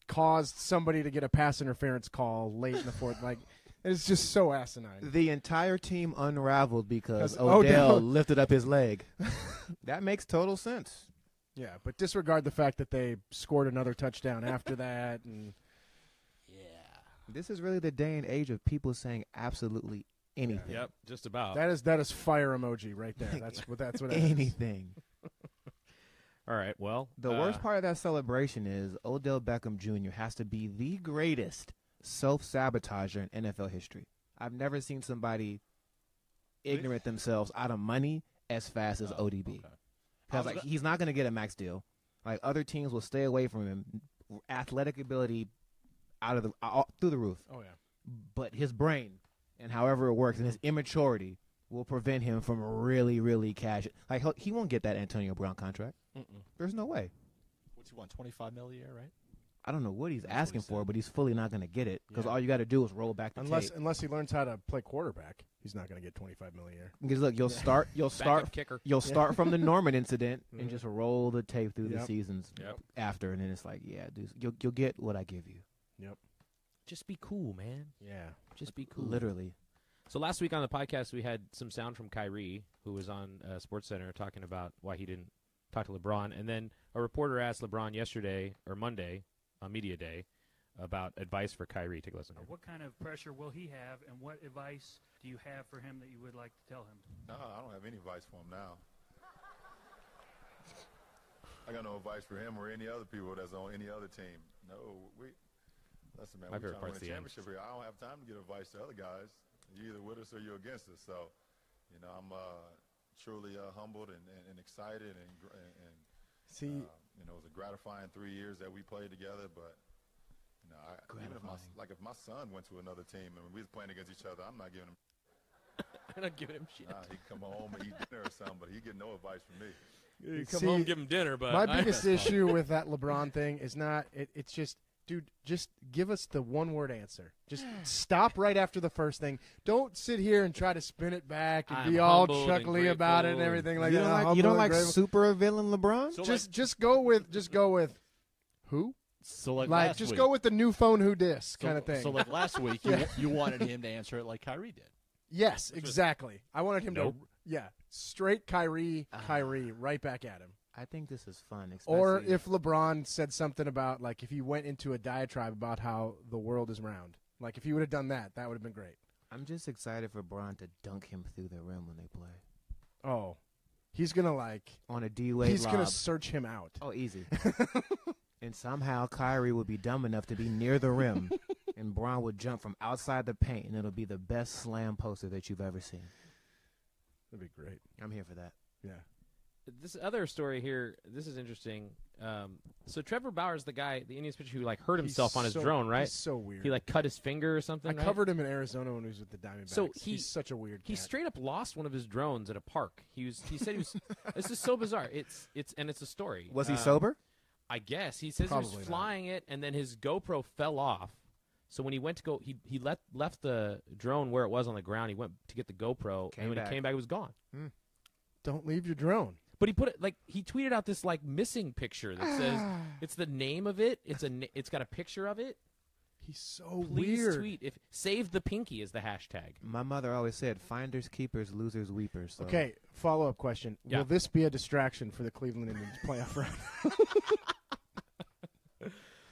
Speaker 4: caused somebody to get a pass interference call late in the fourth. Like it's just so asinine.
Speaker 2: The entire team unraveled because
Speaker 4: 'Cause
Speaker 2: Odell,
Speaker 4: Odell-
Speaker 2: lifted up his leg. that makes total sense.
Speaker 4: Yeah, but disregard the fact that they scored another touchdown after that, and
Speaker 2: This is really the day and age of people saying absolutely anything.
Speaker 3: Yep, just about.
Speaker 4: that is that is fire emoji right there. That's what that's what. it is.
Speaker 2: Anything.
Speaker 3: all right. Well,
Speaker 2: The
Speaker 3: uh,
Speaker 2: worst part of that celebration is Odell Beckham Jr. has to be the greatest self sabotager in NFL history. I've never seen somebody ignorant themselves out of money as fast as
Speaker 5: Oh,
Speaker 2: ODB.
Speaker 5: okay. I
Speaker 2: Because
Speaker 5: was
Speaker 2: like
Speaker 5: go-
Speaker 2: he's not going to get a max deal. Like other teams will stay away from him. Athletic ability out of the out, through the roof,
Speaker 4: Oh yeah.
Speaker 2: but his brain and however it works and his immaturity will prevent him from really, really cash. Like he'll- he won't get that Antonio Brown contract.
Speaker 5: Mm-mm.
Speaker 2: There's no way.
Speaker 5: What's he want? Twenty-five mil a year, right?
Speaker 2: I don't know what he's
Speaker 5: That's what he
Speaker 2: asking for,
Speaker 5: said.
Speaker 2: but he's fully not going to get it because
Speaker 5: Yeah.
Speaker 2: all you got to do is roll back the
Speaker 4: Unless
Speaker 2: tape.
Speaker 4: unless he learns how to play quarterback, he's not going to get 25 million a year.
Speaker 2: Because look, you'll start, you'll
Speaker 3: backup
Speaker 2: start,
Speaker 3: kicker.
Speaker 2: you'll
Speaker 4: Yeah.
Speaker 2: start from the Norman incident and
Speaker 4: Mhm.
Speaker 2: just roll the tape through the
Speaker 4: Yep.
Speaker 2: seasons
Speaker 3: Yep.
Speaker 2: after, and then it's like, yeah, dude, you'll you'll get what I give you.
Speaker 3: Just be cool, man.
Speaker 4: Yeah.
Speaker 3: Just be cool.
Speaker 2: Literally,
Speaker 3: So last week on the podcast, we had some sound from Kyrie, who was on uh, Sports Center talking about why he didn't talk to LeBron, and then a reporter asked LeBron yesterday or Monday on media day about advice for Kyrie. Take a listen.
Speaker 1: Uh, What kind of pressure will he have, and what advice do you have for him that you would like to tell him?
Speaker 6: No, I don't have any advice for him now. I I got no advice for him or any other people that's on any other team. No, we. Listen, man,
Speaker 3: My
Speaker 6: we're
Speaker 3: favorite
Speaker 6: trying to win
Speaker 3: part's
Speaker 6: a
Speaker 3: the end.
Speaker 6: championship here. I don't have time to give advice to other guys. You're either with us or you're against us. So, you know, I'm uh, truly uh, humbled and, and, and excited and, gr- and, and
Speaker 4: See,
Speaker 6: uh, you know, it was a gratifying three years that we played together, but you know, I, even if my s-
Speaker 5: Gratifying.
Speaker 6: like if my son went to another team and we was playing against each other, I'm not giving him.
Speaker 3: I'm not giving him shit.
Speaker 6: Nah, he'd come home and eat dinner or something, but he'd get no advice from me.
Speaker 3: You come
Speaker 4: See,
Speaker 3: home, give him dinner, but
Speaker 4: my
Speaker 3: I-
Speaker 4: biggest issue with that LeBron thing is not. It, it's just, dude, just give us the one word answer. Just stop right after the first thing. Don't sit here and try to spin it back and
Speaker 3: I'm
Speaker 4: be all
Speaker 3: humbled and
Speaker 4: chuckly about it and
Speaker 3: grateful and-
Speaker 4: everything like
Speaker 2: you
Speaker 4: that.
Speaker 2: don't
Speaker 4: I'm
Speaker 2: like,
Speaker 4: humble
Speaker 2: you don't
Speaker 4: and
Speaker 2: like
Speaker 4: grateful.
Speaker 2: super villain LeBron?
Speaker 5: So
Speaker 4: just just go with just go with who
Speaker 5: So like,
Speaker 4: like
Speaker 5: last
Speaker 4: just
Speaker 5: week,
Speaker 4: go with the new phone who dis
Speaker 5: so-
Speaker 4: kind of thing.
Speaker 5: So like last week, you, you wanted him to answer it like Kyrie did.
Speaker 4: yes, exactly. I wanted him
Speaker 3: Nope. Ah.
Speaker 4: to yeah straight Kyrie Kyrie right back at him.
Speaker 2: I think this is fun.
Speaker 4: Or
Speaker 2: especially-
Speaker 4: if LeBron said something about like if he went into a diatribe about how the world is round, like if he would have done that, that would have been great.
Speaker 2: I'm just excited for Bron to dunk him through the rim when they play
Speaker 4: Oh, he's gonna like
Speaker 2: on a D Wade
Speaker 4: he's gonna
Speaker 2: lob.
Speaker 4: search him out.
Speaker 2: Oh, easy. and somehow Kyrie would be dumb enough to be near the rim, and Bron would jump from outside the paint, and it'll be the best slam poster that you've ever seen.
Speaker 4: That'd be great.
Speaker 2: I'm here for that.
Speaker 4: Yeah.
Speaker 3: this other story here. This is interesting. Um, so Trevor Bauer's the guy, the Indians pitcher who like hurt himself
Speaker 4: He's
Speaker 3: on his
Speaker 4: so-
Speaker 3: drone, right?
Speaker 4: He's so weird.
Speaker 3: He like cut his finger or something.
Speaker 4: I
Speaker 3: right?
Speaker 4: covered him in Arizona when he was with the Diamondbacks.
Speaker 3: So he-
Speaker 4: he's such a weird.
Speaker 3: He
Speaker 4: cat.
Speaker 3: straight up lost one of his drones at a park. He was. He said he was. this is so bizarre. It's. It's and it's a story.
Speaker 2: Was he
Speaker 3: Um,
Speaker 2: sober?
Speaker 3: I guess he says he
Speaker 4: Probably
Speaker 3: was
Speaker 4: not.
Speaker 3: flying it, and then his GoPro fell off. So when he went to go, he he left left the drone where it was on the ground. He went to get the GoPro,
Speaker 2: Came
Speaker 3: and when
Speaker 2: back.
Speaker 3: he came back, it was gone.
Speaker 4: Don't leave your drone.
Speaker 3: But he put it like he tweeted out this like missing picture that says it's the name of it. It's a na- it's got a picture of it.
Speaker 4: He's so
Speaker 3: Please
Speaker 4: weird.
Speaker 3: tweet if save the pinky is the hashtag.
Speaker 2: My mother always said, "Finders keepers, losers weepers." So.
Speaker 4: Okay, follow up question.
Speaker 3: Yeah.
Speaker 4: Will this be a distraction for the Cleveland Indians playoff run?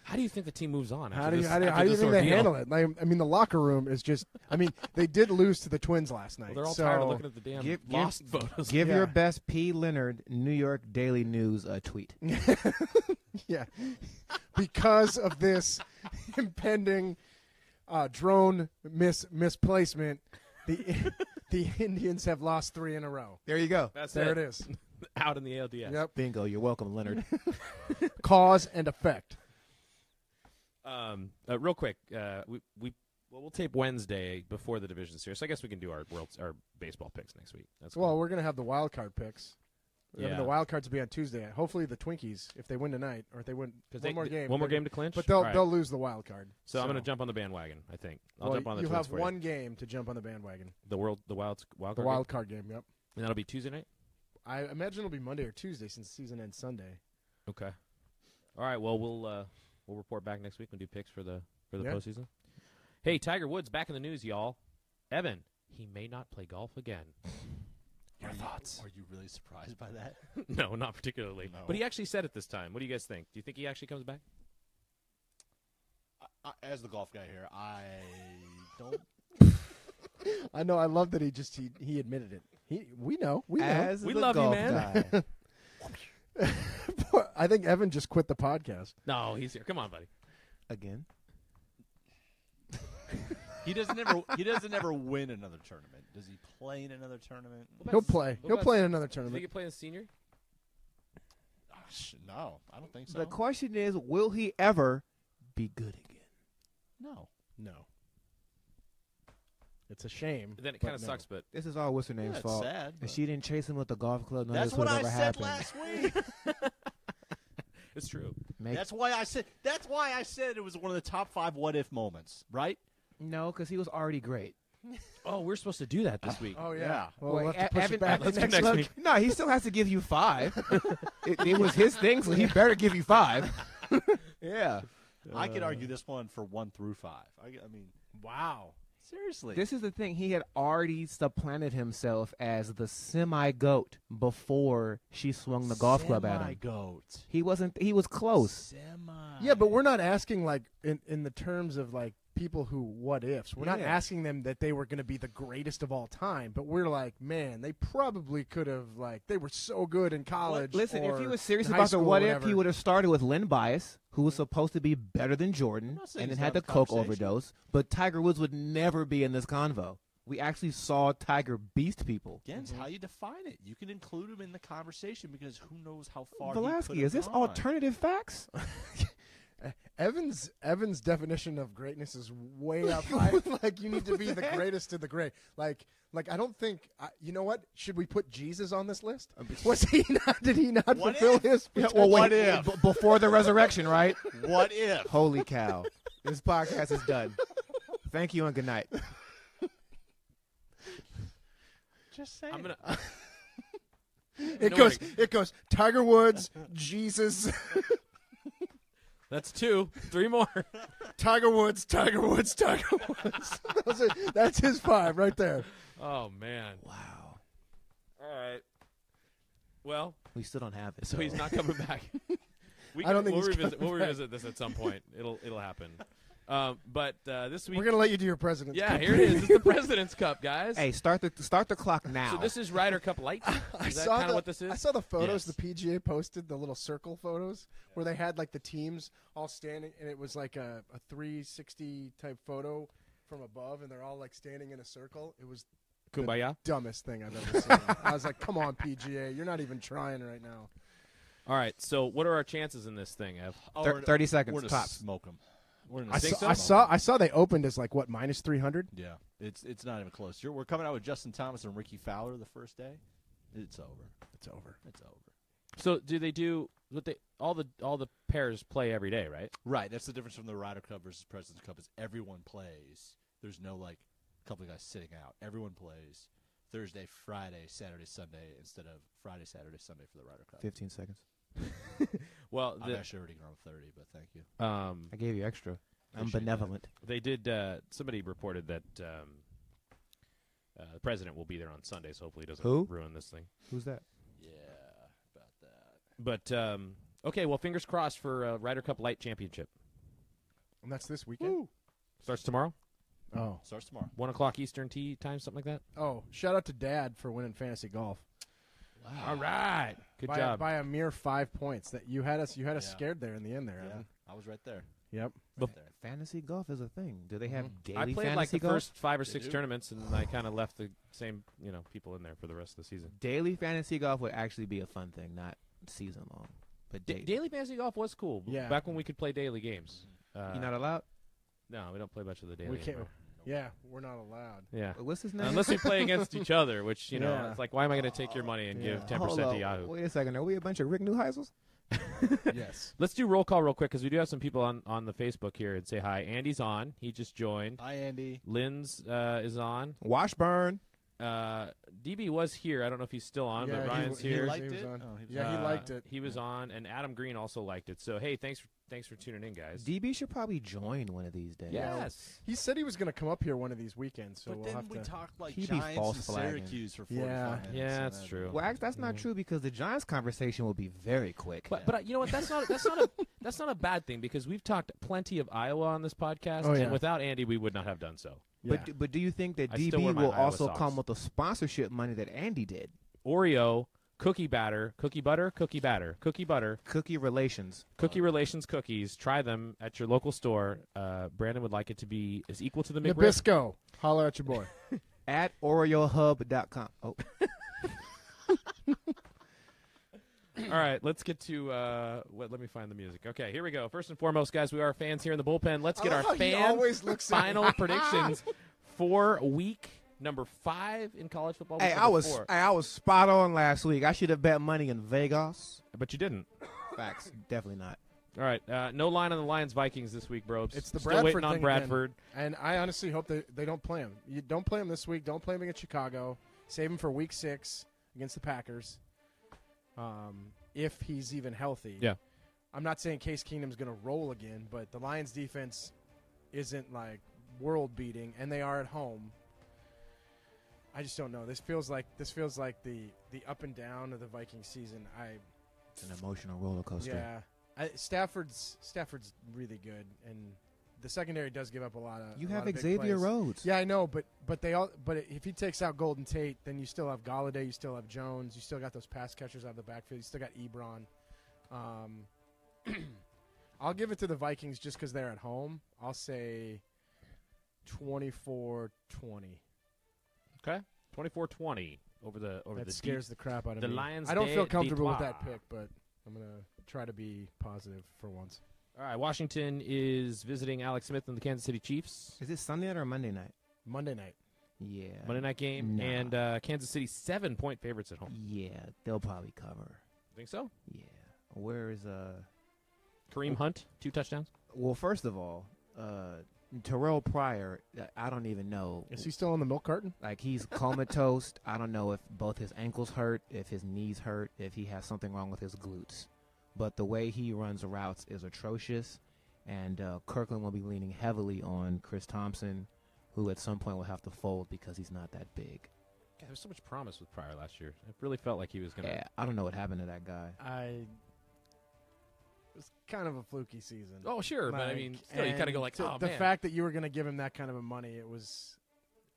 Speaker 3: How do you think the team moves on?
Speaker 4: How
Speaker 3: after
Speaker 4: do you
Speaker 3: this-
Speaker 4: how do, you-
Speaker 3: after
Speaker 4: how do you
Speaker 3: this
Speaker 4: think they
Speaker 3: ordeal?
Speaker 4: handle it? Like, I mean, the locker room is just. I mean, they did lose to the Twins last night.
Speaker 3: Well, they're all
Speaker 4: so
Speaker 3: tired of looking at the damn
Speaker 2: Give- give-
Speaker 3: lost photos.
Speaker 2: Give your
Speaker 4: Yeah.
Speaker 2: best P. Leonard New York Daily News a tweet.
Speaker 4: yeah, because of this impending uh, drone mis- misplacement, the the Indians have lost three in a row.
Speaker 2: There you go.
Speaker 3: That's
Speaker 4: There
Speaker 3: it.
Speaker 4: it is.
Speaker 3: Out in the ALDS.
Speaker 4: Yep.
Speaker 2: Bingo. You're welcome, Leonard.
Speaker 4: Cause and effect.
Speaker 3: Um, uh, real quick, uh, we we well, we'll tape Wednesday before the division series, so I guess we can do our world our baseball picks next week. That's
Speaker 4: Well,
Speaker 3: cool.
Speaker 4: we're gonna have the wild card picks. I mean,
Speaker 3: Yeah.
Speaker 4: the wild cards will be on Tuesday. Hopefully, the Twinkies, if they win tonight, or if they win one
Speaker 3: 'Cause they-
Speaker 4: more game,
Speaker 3: One more
Speaker 4: they-
Speaker 3: game to clinch.
Speaker 4: but they'll
Speaker 3: All right.
Speaker 4: they'll lose the wild card.
Speaker 3: So, I'm going to jump on the bandwagon. I think I'll
Speaker 4: well,
Speaker 3: jump on the.
Speaker 4: you
Speaker 3: Twins
Speaker 4: have
Speaker 3: for
Speaker 4: one game to jump on the bandwagon.
Speaker 3: The world, the wild, wild,
Speaker 4: The
Speaker 3: card
Speaker 4: wild card game. Yep.
Speaker 3: game? and that'll be Tuesday night.
Speaker 4: I imagine it'll be Monday or Tuesday since the season ends Sunday.
Speaker 3: Okay. All right. Well, we'll uh, we'll report back next week and do picks for the for the
Speaker 4: Yeah.
Speaker 3: postseason. Hey, Tiger Woods back in the news, y'all. Evan, he may not play golf again.
Speaker 5: Your thoughts? are you really surprised by that?
Speaker 3: no, not particularly.
Speaker 5: No.
Speaker 3: But he actually said it this time. What do you guys think? Do you think he actually comes back?
Speaker 5: I, as the golf guy here, I don't.
Speaker 4: I know. I love that he just he, he admitted it. He we know we know.
Speaker 2: As
Speaker 3: We
Speaker 2: the
Speaker 3: love you,
Speaker 2: golf
Speaker 3: man.
Speaker 2: guy.
Speaker 4: I think Evan just quit the podcast.
Speaker 3: No, he's here. Come on, buddy.
Speaker 2: Again.
Speaker 5: He doesn't ever. He doesn't ever win another tournament. Does he play in another tournament?
Speaker 4: He'll play.
Speaker 3: What
Speaker 4: He'll
Speaker 3: about-
Speaker 4: play in another
Speaker 3: Do you think
Speaker 4: tournament.
Speaker 3: he play in senior?
Speaker 5: Gosh, no, I don't think so.
Speaker 2: The question is, will he ever be good again?
Speaker 5: no.
Speaker 4: No. It's a shame.
Speaker 3: Then it
Speaker 4: but
Speaker 3: kind of
Speaker 4: no.
Speaker 3: sucks, but
Speaker 2: This is all what's her name's
Speaker 5: Yeah, it's
Speaker 2: fault.
Speaker 5: sad,
Speaker 2: If
Speaker 5: but-
Speaker 2: she didn't chase him with the golf club, none
Speaker 5: That's
Speaker 2: of this would
Speaker 5: what
Speaker 2: have
Speaker 5: I
Speaker 2: ever
Speaker 5: said
Speaker 2: happened.
Speaker 5: last week.
Speaker 3: it's true.
Speaker 2: Make-
Speaker 5: that's why I said. That's why I said it was one of the top five what if moments. Right?
Speaker 2: no, because he was already great.
Speaker 3: Oh, we're supposed to do that this week.
Speaker 4: Oh yeah.
Speaker 5: Yeah.
Speaker 4: Well, we'll
Speaker 2: Like,
Speaker 4: have to push
Speaker 2: E- Evan-
Speaker 4: it back.
Speaker 2: Evan-
Speaker 3: Let's do next
Speaker 2: look-
Speaker 3: week.
Speaker 2: No, he still has to give you five. it, it was his thing, so he better give you five. yeah. Uh,
Speaker 5: I could argue this one for one through five. I, I mean,
Speaker 4: Wow.
Speaker 5: seriously.
Speaker 2: This is the thing. He had already supplanted himself as the semi goat before she swung the golf club at him.
Speaker 5: Goat.
Speaker 2: He wasn't. He was close.
Speaker 5: Semi.
Speaker 4: Yeah, but we're not asking like in in the terms of like people who what ifs. We're not
Speaker 2: Yeah.
Speaker 4: asking them that they were going to be the greatest of all time, but we're like, man, they probably could have like they were so good in college.
Speaker 2: Listen, if
Speaker 4: or
Speaker 2: he was serious
Speaker 4: in high
Speaker 2: about the
Speaker 4: school or
Speaker 2: what if,
Speaker 4: whatever.
Speaker 2: he would have started with Lynn Bias, who was supposed to be better than Jordan,
Speaker 5: not saying
Speaker 2: and then
Speaker 5: he's
Speaker 2: had
Speaker 5: not
Speaker 2: the
Speaker 5: in the
Speaker 2: coke
Speaker 5: conversation.
Speaker 2: overdose. But Tiger Woods would never be in this convo. We actually saw Tiger beast people.
Speaker 5: Again, it's how you define it. You can include him in the conversation because who knows how far. he
Speaker 2: Velasquez,
Speaker 5: could
Speaker 2: is
Speaker 5: have
Speaker 2: this
Speaker 5: gone.
Speaker 2: alternative facts?
Speaker 4: Evan's Evan's definition of greatness is way up high. like you need to be the greatest of the great. Like like I don't think I, you know what? Should we put Jesus on this list? Was he not? Did he not
Speaker 5: What
Speaker 4: fulfill
Speaker 5: if?
Speaker 4: his?
Speaker 2: Yeah, well,
Speaker 5: What
Speaker 2: wait,
Speaker 5: if?
Speaker 2: b- before the resurrection, right?
Speaker 5: What if?
Speaker 2: Holy cow! This podcast is done. Thank you and good night.
Speaker 4: Just saying.
Speaker 3: I'm gonna.
Speaker 4: it
Speaker 3: No,
Speaker 4: goes.
Speaker 3: wait.
Speaker 4: It goes. Tiger Woods, Jesus,
Speaker 3: That's two, three more.
Speaker 4: Tiger Woods, Tiger Woods, Tiger Woods. Those are- That's his five right there.
Speaker 3: Oh man.
Speaker 2: Wow,
Speaker 3: All right. Well,
Speaker 2: we still don't have it.
Speaker 3: so he's not coming back. We
Speaker 4: I don't think
Speaker 3: we'll
Speaker 4: he's
Speaker 3: revisit.
Speaker 4: coming
Speaker 3: We'll
Speaker 4: back.
Speaker 3: revisit this at some point. It'll it'll happen. Um, but uh, this week,
Speaker 4: We're gonna let you do your president.
Speaker 3: yeah, here it is. It's the President's Cup, guys.
Speaker 2: Hey, start the start the clock now.
Speaker 3: so this is Ryder Cup light.
Speaker 4: I
Speaker 3: Is that
Speaker 4: saw
Speaker 3: kind
Speaker 4: the,
Speaker 3: of what this is?
Speaker 4: I saw the
Speaker 3: Yes.
Speaker 4: photos the PGA posted, the little circle photos where they had like the teams all standing, and it was like a, a 360 type photo from above, and they're all like standing in a circle. It was
Speaker 3: Kumbaya.
Speaker 4: dumbest thing I've ever seen. I was like, "Come on, PGA, you're not even trying right now."
Speaker 3: All right. So, what are our chances in this thing, Ev?
Speaker 5: Oh,
Speaker 2: Thir-
Speaker 5: we're gonna-
Speaker 2: 30 seconds,
Speaker 5: We're gonna
Speaker 2: tops.
Speaker 5: smoke him. We're gonna
Speaker 4: I
Speaker 5: smoke
Speaker 3: so?
Speaker 4: saw, I
Speaker 5: 'em.
Speaker 4: saw I saw they opened as like what minus 300.
Speaker 5: Yeah, it's it's not even close. You're, we're coming out with Justin Thomas and Ricky Fowler the first day. It's over.
Speaker 4: It's over.
Speaker 5: It's over.
Speaker 3: So, do they do what they all the all the pairs play every day, right?
Speaker 5: Right. That's the difference from the Ryder Cup versus President's Cup. Is everyone plays. There's no like a couple of guys sitting out. Everyone plays Thursday, Friday, Saturday, Sunday instead of Friday, Saturday, Sunday for the Ryder Cup.
Speaker 2: 15 seconds.
Speaker 3: Well,
Speaker 5: I'm
Speaker 3: the,
Speaker 5: actually already on thirty, but thank you.
Speaker 3: um,
Speaker 2: I gave you extra. I'm
Speaker 5: Appreciate that.
Speaker 2: benevolent.
Speaker 3: they did. Uh, somebody reported that um, uh, the president will be there on Sunday, so hopefully, he doesn't
Speaker 2: Who?
Speaker 3: ruin this thing.
Speaker 2: Who's that?
Speaker 5: Yeah, about that.
Speaker 3: But um, okay, well, fingers crossed for uh, Ryder Cup Light Championship.
Speaker 4: And that's this weekend.
Speaker 3: Starts tomorrow,
Speaker 4: Oh,
Speaker 5: Starts tomorrow.
Speaker 3: one o'clock Eastern Tea time, something like that.
Speaker 4: oh! Shout out to Dad for winning fantasy golf
Speaker 3: All right, good
Speaker 4: by,
Speaker 3: job.
Speaker 4: by a mere five points. That you had us you had us
Speaker 5: Yeah.
Speaker 4: scared there in the end there.
Speaker 5: Yeah,
Speaker 4: Evan.
Speaker 5: I was right there.
Speaker 4: Yep.
Speaker 3: Bef-
Speaker 5: Right there.
Speaker 2: Fantasy golf is a thing. Do they have daily
Speaker 3: Mm. I played
Speaker 2: fantasy
Speaker 3: like the
Speaker 2: golf?
Speaker 3: first five or
Speaker 5: They
Speaker 3: six
Speaker 5: do.
Speaker 3: tournaments, and I kind of left the same you know people in there for the rest of the season.
Speaker 2: Daily fantasy golf would actually be a fun thing, not season long. But
Speaker 3: Da-
Speaker 2: daily.
Speaker 3: daily fantasy golf was cool. b-
Speaker 4: Yeah.
Speaker 3: Back when we could play daily games. Uh,
Speaker 2: You're not allowed?
Speaker 3: no, we don't play much of the daily.
Speaker 4: we can't.
Speaker 3: anymore.
Speaker 4: Yeah, we're not allowed.
Speaker 3: Yeah.
Speaker 2: What's his name?
Speaker 3: Unless we play against each other, which you know,
Speaker 4: Yeah.
Speaker 3: it's like, why am I going to take your money and give
Speaker 4: Yeah.
Speaker 3: ten
Speaker 2: Uh, Hold
Speaker 3: percent
Speaker 2: up.
Speaker 3: to Yahoo?
Speaker 2: Wait a second. Are we a bunch of Rick Neuheisels?
Speaker 4: yes.
Speaker 3: Let's do roll call real quick because we do have some people on on the Facebook here and say hi. Andy's on; he just joined.
Speaker 5: Hi, Andy.
Speaker 3: Lynn's uh, is on.
Speaker 2: Washburn.
Speaker 3: Uh, DB was here. I don't know if he's still on,
Speaker 4: Yeah,
Speaker 3: but
Speaker 4: he-
Speaker 3: Ryan's
Speaker 4: he
Speaker 3: here.
Speaker 4: liked-
Speaker 5: Liked
Speaker 4: was
Speaker 5: it.
Speaker 4: on.
Speaker 5: Oh, he was
Speaker 4: Yeah, he
Speaker 3: Uh,
Speaker 4: liked it.
Speaker 3: He was on, and Adam Green also liked it. So hey, thanks for thanks for tuning in, guys.
Speaker 2: DB should probably join one of these days.
Speaker 4: Yeah.
Speaker 3: yes.
Speaker 4: He said he was going to come up here one of these weekends, so
Speaker 5: but
Speaker 4: we'll
Speaker 5: then
Speaker 4: have
Speaker 5: we
Speaker 4: to.
Speaker 5: talked like
Speaker 2: He be
Speaker 5: Giants
Speaker 2: false
Speaker 5: and
Speaker 2: flagging.
Speaker 5: Syracuse for 45
Speaker 4: Yeah.
Speaker 5: minutes.
Speaker 3: Yeah,
Speaker 5: and
Speaker 3: that's
Speaker 5: that-
Speaker 3: true.
Speaker 2: Well, actually, that's not
Speaker 3: Mm.
Speaker 2: true because the Giants conversation will be very quick.
Speaker 3: But but uh, you know what? That's not that's not a that's not a bad thing because we've talked plenty of Iowa on this podcast,
Speaker 4: Oh, yeah.
Speaker 3: and without Andy, we would not have done so.
Speaker 4: yeah.
Speaker 2: But, but do you think that
Speaker 3: I still wear
Speaker 2: DB
Speaker 3: my
Speaker 2: will
Speaker 3: Iowa
Speaker 2: also
Speaker 3: socks.
Speaker 2: come with the sponsorship money that Andy did?
Speaker 3: Oreo cookie batter, cookie butter, cookie batter, cookie butter,
Speaker 2: Cookie relations.
Speaker 4: Uh,
Speaker 3: cookie relations cookies. Try them at your local store. Uh, Brandon would like it to be is equal to the McRib.
Speaker 4: Nabisco, holler at your boy.
Speaker 2: at OreoHub.com. Oh,
Speaker 3: All right, let's get to. Uh, what, let me find the music. Okay, here we go. First and foremost, guys, we are fans here in the bullpen. Let's get
Speaker 4: I
Speaker 3: our
Speaker 4: love how he
Speaker 3: fan
Speaker 4: always looks at
Speaker 3: final predictions for week number five in college football.
Speaker 2: hey,
Speaker 3: week
Speaker 2: I
Speaker 3: number
Speaker 2: was
Speaker 3: four.
Speaker 2: hey, I was spot on last week. I should have bet money in Vegas.
Speaker 3: but you didn't.
Speaker 2: Facts, definitely not.
Speaker 3: All right, uh, no line on the Lions Vikings this week, bro.
Speaker 4: It's the
Speaker 3: Still
Speaker 4: Bradford
Speaker 3: waiting on
Speaker 4: thing
Speaker 3: Bradford.
Speaker 4: and I honestly hope they, they don't play him. You don't play him this week. Don't play him against Chicago. Save him for Week Six against the Packers. Um, if he's even healthy.
Speaker 3: Yeah.
Speaker 4: I'm not saying Case Keenum's going to roll again, but the Lions' defense isn't like world beating, and they are at home. I just don't know. This feels like this feels like the the up and down of the Viking season. I
Speaker 2: It's an emotional roller coaster.
Speaker 4: yeah. I, Stafford's Stafford's really good, and the secondary does give up a lot of.
Speaker 2: You
Speaker 4: a lot
Speaker 2: have
Speaker 4: of big
Speaker 2: Xavier
Speaker 4: plays.
Speaker 2: Rhodes.
Speaker 4: Yeah, I know, but but they all but if he takes out Golden Tate, then you still have Galladay, you still have Jones, you still got those pass catchers out of the backfield, you still got Ebron. Um, I'll give it to the Vikings just because they're at home. I'll say 24-20.
Speaker 3: Okay, 24-20 over the over
Speaker 4: That
Speaker 3: the
Speaker 4: scares the crap out of
Speaker 3: the
Speaker 4: me.
Speaker 3: Lions
Speaker 4: I don't
Speaker 3: de-
Speaker 4: feel comfortable with
Speaker 3: d'Etoile.
Speaker 4: that pick, but I'm gonna try to be positive for once.
Speaker 3: All right, Washington is visiting Alex Smith and the Kansas City Chiefs.
Speaker 2: Is it Sunday night or Monday night?
Speaker 4: Monday night.
Speaker 2: Yeah.
Speaker 3: Monday night game,
Speaker 2: Nah.
Speaker 3: and uh, Kansas City seven point favorites at home.
Speaker 2: Yeah, they'll probably cover.
Speaker 3: Think so?
Speaker 2: Yeah. Where is uh?
Speaker 3: Kareem Hunt, two touchdowns.
Speaker 2: Well, first of all, uh, Terrell Pryor. uh, I don't even know.
Speaker 4: Is he still on the milk carton?
Speaker 2: Like he's comatose. I don't know if both his ankles hurt, if his knees hurt, if he has something wrong with his glutes. But the way he runs routes is atrocious, and uh, Kirkland will be leaning heavily on Chris Thompson, who at some point will have to fold because he's not that big.
Speaker 3: God, there was so much promise with Pryor last year. It really felt like he was gonna.
Speaker 2: Yeah, I don't know what happened to that guy.
Speaker 4: I. It was kind of a fluky season.
Speaker 3: Oh sure, but I
Speaker 4: Like,
Speaker 3: mean, still, you kind of
Speaker 4: and
Speaker 3: go like,
Speaker 4: to-
Speaker 3: oh
Speaker 4: the
Speaker 3: man.
Speaker 4: fact that you were going to give him that kind of a money, it was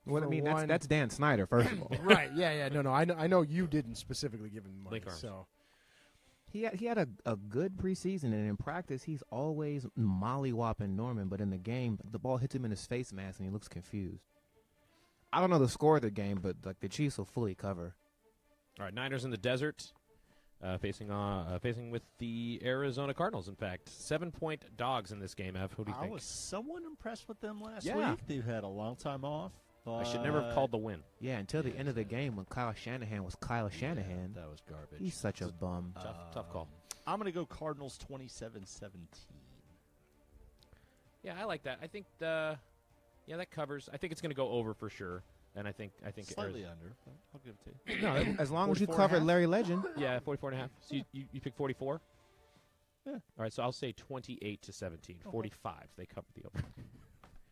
Speaker 2: Well, I
Speaker 4: For
Speaker 2: mean,
Speaker 4: one-
Speaker 2: that's, that's Dan Snyder, first of all.
Speaker 4: right. Yeah, yeah. No, no. I know. I know you didn't specifically give him the money.
Speaker 3: Link arms.
Speaker 4: So
Speaker 2: He had, he had a, a good preseason, and in practice, he's always mollywhopping Norman, but in the game, the ball hits him in his face mask, and he looks confused. I don't know the score of the game, but like the Chiefs will fully cover.
Speaker 3: All right, Niners in the desert, uh, facing uh, uh, facing with the Arizona Cardinals. In fact, seven point dogs in this game. Ev, who do you
Speaker 5: I
Speaker 3: think?
Speaker 5: was somewhat impressed with them last
Speaker 3: Yeah.
Speaker 5: week. They've had a long time off. But
Speaker 3: I should never have called the win.
Speaker 2: Yeah, until the end of the game when Kyle Shanahan was Kyle
Speaker 5: Yeah,
Speaker 2: Shanahan.
Speaker 5: that was garbage.
Speaker 2: he's such a bum.
Speaker 3: Tough, tough call.
Speaker 5: I'm going to go Cardinals 27-17.
Speaker 3: Yeah, I like that. I think the yeah that covers. I think it's going to go over for sure. And I think I think
Speaker 5: Slightly
Speaker 3: Arizo-
Speaker 5: under. but I'll give it to you.
Speaker 2: No, as long as you
Speaker 4: 44 and a
Speaker 2: cover
Speaker 4: half?
Speaker 2: Larry Legend.
Speaker 3: yeah, 44 and a half. So you, you, you pick 44?
Speaker 5: Yeah.
Speaker 3: All right, so I'll say 28 to 17. 45. They covered the over.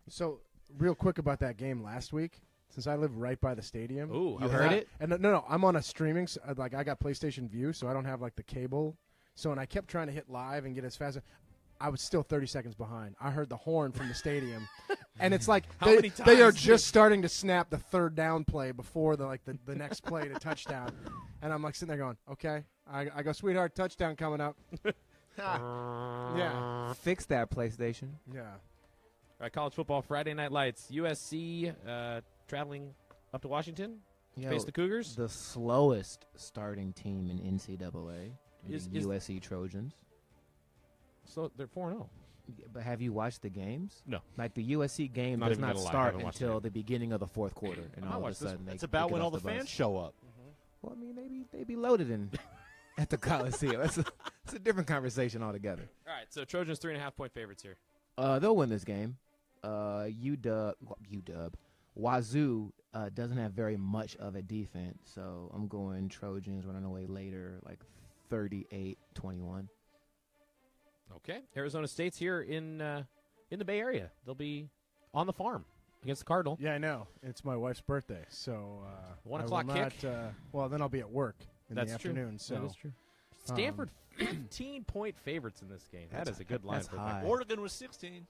Speaker 4: so real quick about that game last week, since I live right by the stadium.
Speaker 3: Ooh,
Speaker 2: You heard
Speaker 4: I-
Speaker 2: it?
Speaker 4: And uh, no, no, I'm on a streaming. s- uh, Like I got PlayStation View, so I don't have like the cable. So and I kept trying to hit live and get as fast. as I was still 30 seconds behind. I heard the horn from the stadium, and it's like
Speaker 3: How
Speaker 4: they,
Speaker 3: many
Speaker 4: they are
Speaker 3: times did-
Speaker 4: just starting to snap the third down play before the like the, the next play to touchdown, and I'm like sitting there going, okay, I, I go, sweetheart, touchdown coming up. yeah,
Speaker 2: Fix that PlayStation.
Speaker 4: yeah.
Speaker 3: All right, college football Friday night lights. USC uh, traveling up to Washington to
Speaker 2: Yo,
Speaker 3: face the Cougars.
Speaker 2: the slowest starting team in NCAA,
Speaker 3: Is-
Speaker 2: the
Speaker 3: is-
Speaker 2: USC Trojans.
Speaker 3: so they're oh. 4 0.
Speaker 2: Yeah, But have you watched the games?
Speaker 3: No.
Speaker 2: Like the USC game
Speaker 3: Not
Speaker 2: does
Speaker 3: even
Speaker 2: not
Speaker 3: gonna lie, I
Speaker 2: start
Speaker 3: haven't watched the
Speaker 2: until
Speaker 3: game.
Speaker 2: the beginning of the fourth quarter, and
Speaker 3: I might
Speaker 2: all of a
Speaker 3: watch this
Speaker 2: sudden they
Speaker 5: That's about
Speaker 2: they
Speaker 5: when
Speaker 2: get
Speaker 5: all
Speaker 2: off
Speaker 5: the,
Speaker 2: bus.
Speaker 5: fans show up.
Speaker 3: Mm-hmm.
Speaker 2: Well, I mean, they be they be loaded in at the Coliseum. That's a, that's a different conversation altogether.
Speaker 3: All right, so Trojans 3.5 point favorites here.
Speaker 2: Uh, they'll win this game. Uh, UW, UW, Wazoo uh, doesn't have very much of a defense, so I'm going Trojans running away later, like 38-21.
Speaker 3: Okay. Arizona State's here in uh, in the Bay Area. They'll be on the farm against the Cardinal.
Speaker 4: Yeah, I know. It's my wife's birthday, so uh,
Speaker 3: One
Speaker 4: I
Speaker 3: o'clock
Speaker 4: will
Speaker 3: kick?
Speaker 4: Not, uh, well, then I'll be at work in
Speaker 3: That's
Speaker 4: the
Speaker 3: true.
Speaker 4: afternoon. So um,
Speaker 3: That is true. Stanford, 15 point favorites in this game. That
Speaker 2: That's-
Speaker 3: is a good line
Speaker 2: that's
Speaker 3: for
Speaker 2: high.
Speaker 3: them.
Speaker 5: Oregon was 16.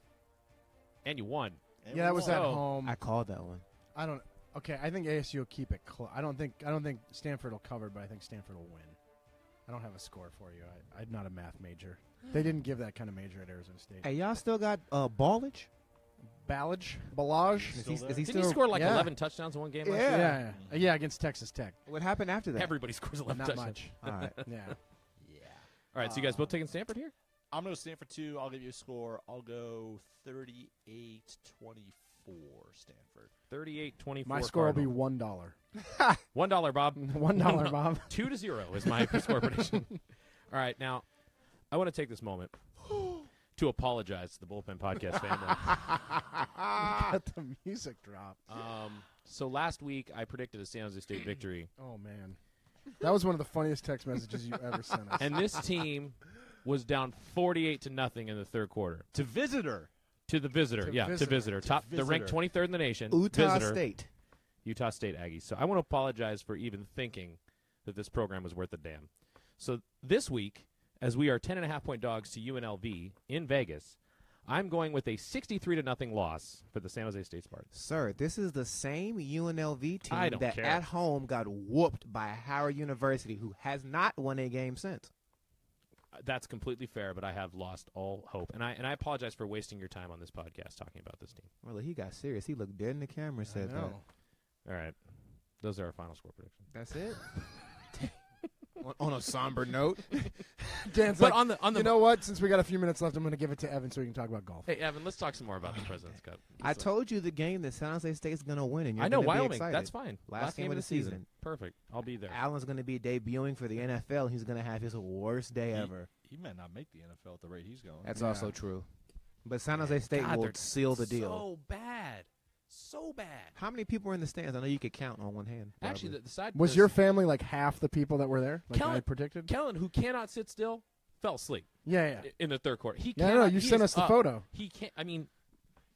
Speaker 3: And you won.
Speaker 5: and
Speaker 4: yeah,
Speaker 5: we
Speaker 4: that was
Speaker 5: won.
Speaker 4: at
Speaker 3: So-
Speaker 4: home.
Speaker 2: I called that one.
Speaker 4: I don't. Okay, I think ASU will keep it close. I don't think. I don't think Stanford will cover, but I think Stanford will win. I don't have a score for you. I, I'm not a math major. They didn't give that kind of major at Arizona State.
Speaker 2: Hey, y'all still got uh, Ballage?
Speaker 4: Ballage, Ballage.
Speaker 2: Is
Speaker 5: Still
Speaker 2: he,
Speaker 5: there?
Speaker 2: is he
Speaker 3: Didn't
Speaker 2: still?
Speaker 3: he score like
Speaker 4: yeah.
Speaker 3: 11 touchdowns in one game last
Speaker 4: Yeah,
Speaker 3: year?
Speaker 4: yeah, yeah. Yeah, against Texas Tech.
Speaker 2: What happened after that?
Speaker 3: Everybody scores 11
Speaker 4: Not
Speaker 3: touchdowns.
Speaker 4: much. Uh,
Speaker 2: All right.
Speaker 4: Yeah.
Speaker 5: Yeah.
Speaker 3: All right, so you guys both taking Stanford here?
Speaker 5: I'm going to stand for two. I'll give you a score. I'll go 38-24 Stanford.
Speaker 3: 38 24.
Speaker 4: My score will be one dollar.
Speaker 3: $1, dollar, Bob.
Speaker 4: One dollar, Bob.
Speaker 3: 2 to 0 is my score prediction. All right, now, I want to take this moment to apologize to the Bullpen Podcast family.
Speaker 4: Let the music drop.
Speaker 3: Um, so last week, I predicted a San Jose State victory.
Speaker 4: Oh man, that was one of the funniest text messages you ever sent us.
Speaker 3: and this team was down 48 to nothing in the third quarter
Speaker 5: To visitor.
Speaker 3: to the visitor.
Speaker 4: To
Speaker 3: yeah, to
Speaker 4: visitor.
Speaker 3: visitor. Top the ranked
Speaker 5: visitor.
Speaker 3: 23rd in the nation.
Speaker 2: Utah
Speaker 3: visitor,
Speaker 2: State.
Speaker 3: Utah State Aggies. So I want to apologize for even thinking that this program was worth a damn. So this week, as we are 10 and a half point dogs to UNLV in Vegas, I'm going with a 63 to nothing loss for the San Jose State Spartans.
Speaker 2: Sir, this is the same UNLV
Speaker 3: I
Speaker 2: team
Speaker 3: don't
Speaker 2: that
Speaker 3: care.
Speaker 2: at home got whooped by Howard University, who has not won a game since.
Speaker 3: Uh, That's completely fair, but I have lost all hope, and I and I apologize for wasting your time on this podcast talking about this team.
Speaker 2: Well, he got serious. He looked dead in the camera and
Speaker 4: I
Speaker 2: said that.
Speaker 4: know.
Speaker 3: All right, those are our final score predictions.
Speaker 2: That's it. on, on a somber note,
Speaker 4: Dan's
Speaker 3: But
Speaker 4: like,
Speaker 3: on the on the
Speaker 4: you know what? Since we got a few minutes left, I'm going to give it to Evan so we can talk about golf.
Speaker 3: hey Evan, let's talk some more about the President's Cup.
Speaker 2: I
Speaker 3: Let's-
Speaker 2: told you the game that San Jose State's gonna win, and you're
Speaker 3: I know
Speaker 2: gonna Be
Speaker 3: Wyoming.
Speaker 2: excited.
Speaker 3: That's fine.
Speaker 2: Last game of the season.
Speaker 3: Perfect. I'll be there.
Speaker 2: Allen's gonna be debuting for the NFL. He's gonna have his worst day
Speaker 5: He-
Speaker 2: ever.
Speaker 5: He might not make the NFL at the rate he's going.
Speaker 2: That's
Speaker 4: Yeah.
Speaker 2: also true. But San Jose State
Speaker 3: God,
Speaker 2: will
Speaker 3: they're
Speaker 2: seal the deal.
Speaker 3: So bad. So bad.
Speaker 2: How many people are in the stands? I know you could count on one hand.
Speaker 3: Actually, the,
Speaker 2: probably.
Speaker 3: the side
Speaker 4: Was
Speaker 3: the-
Speaker 4: your family like half the people that were there, like
Speaker 3: Kellen-
Speaker 4: I predicted?
Speaker 3: Kellen, who cannot sit still, fell asleep
Speaker 4: yeah, yeah.
Speaker 3: i- in the third quarter. He
Speaker 4: Yeah, I
Speaker 3: cannot,
Speaker 4: know, you
Speaker 3: he
Speaker 4: sent
Speaker 3: is
Speaker 4: us the
Speaker 3: up.
Speaker 4: photo.
Speaker 3: He can't. I mean,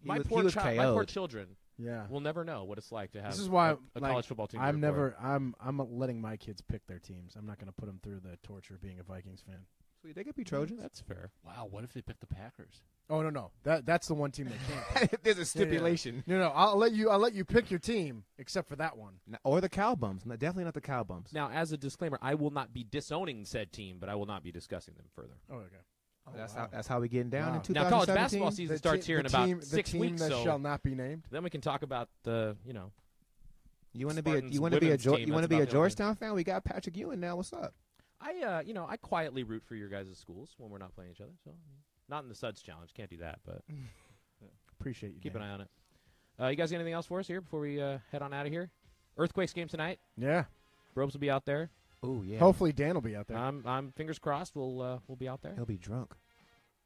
Speaker 2: He
Speaker 3: my
Speaker 2: was- he
Speaker 3: poor
Speaker 2: was
Speaker 3: child, my poor
Speaker 2: KO'd.
Speaker 3: children
Speaker 4: Yeah.
Speaker 3: will never know what it's like to have.
Speaker 4: This is why
Speaker 3: a,
Speaker 4: like,
Speaker 3: a college football team. to
Speaker 4: I'm
Speaker 3: root for.
Speaker 4: never. I'm. I'm letting my kids pick their teams. I'm not going to put them through the torture of being a Vikings fan.
Speaker 2: Sweet, they could be Trojans.
Speaker 3: That's fair.
Speaker 5: wow, what if they picked the Packers?
Speaker 4: Oh no, no. That that's the one team they can't. pick.
Speaker 2: There's a
Speaker 4: Yeah, yeah. No, no. I'll let you. I'll let you pick your team, except for that one.
Speaker 2: N- Or the cow bums. No, definitely not the cow bums.
Speaker 3: Now, as a disclaimer, I will not be disowning said team, but I will not be discussing them further.
Speaker 4: Oh, okay.
Speaker 2: that's how that's how we getting down
Speaker 4: Wow.
Speaker 2: in
Speaker 3: Now, college
Speaker 2: 2017.
Speaker 3: basketball season starts
Speaker 4: te-
Speaker 3: here in
Speaker 4: the
Speaker 3: about
Speaker 4: team,
Speaker 3: six
Speaker 4: the team
Speaker 3: weeks,
Speaker 4: That
Speaker 3: so
Speaker 4: shall not be named.
Speaker 3: then we can talk about the you know
Speaker 2: you want to be a
Speaker 3: Spartans
Speaker 2: you want to be a
Speaker 3: women's
Speaker 2: Geor-
Speaker 3: team,
Speaker 2: you want
Speaker 3: that's
Speaker 2: to be a
Speaker 3: about the only-
Speaker 2: Georgetown fan? We got Patrick Ewing now. What's up?
Speaker 3: I uh, you know, I quietly root for your guys' schools when we're not playing each other. So not in the Suds challenge, can't do that, but
Speaker 4: Appreciate you.
Speaker 3: keep an
Speaker 4: Dan.
Speaker 3: eye on it. Uh, you guys got anything else for us here before we uh, head on out of here? Earthquakes game tonight.
Speaker 4: Yeah.
Speaker 3: Robes will be out there.
Speaker 2: Oh yeah,
Speaker 4: Hopefully Dan will be out there.
Speaker 3: I'm, I'm fingers crossed. We'll uh, we'll be out there.
Speaker 2: he'll be drunk.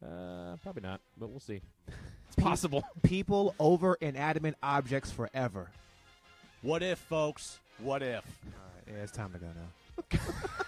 Speaker 3: Uh, probably not, but we'll see. It's possible.
Speaker 2: People over inanimate objects forever.
Speaker 5: What if, folks? What if?
Speaker 2: All right, yeah, it's time to go now.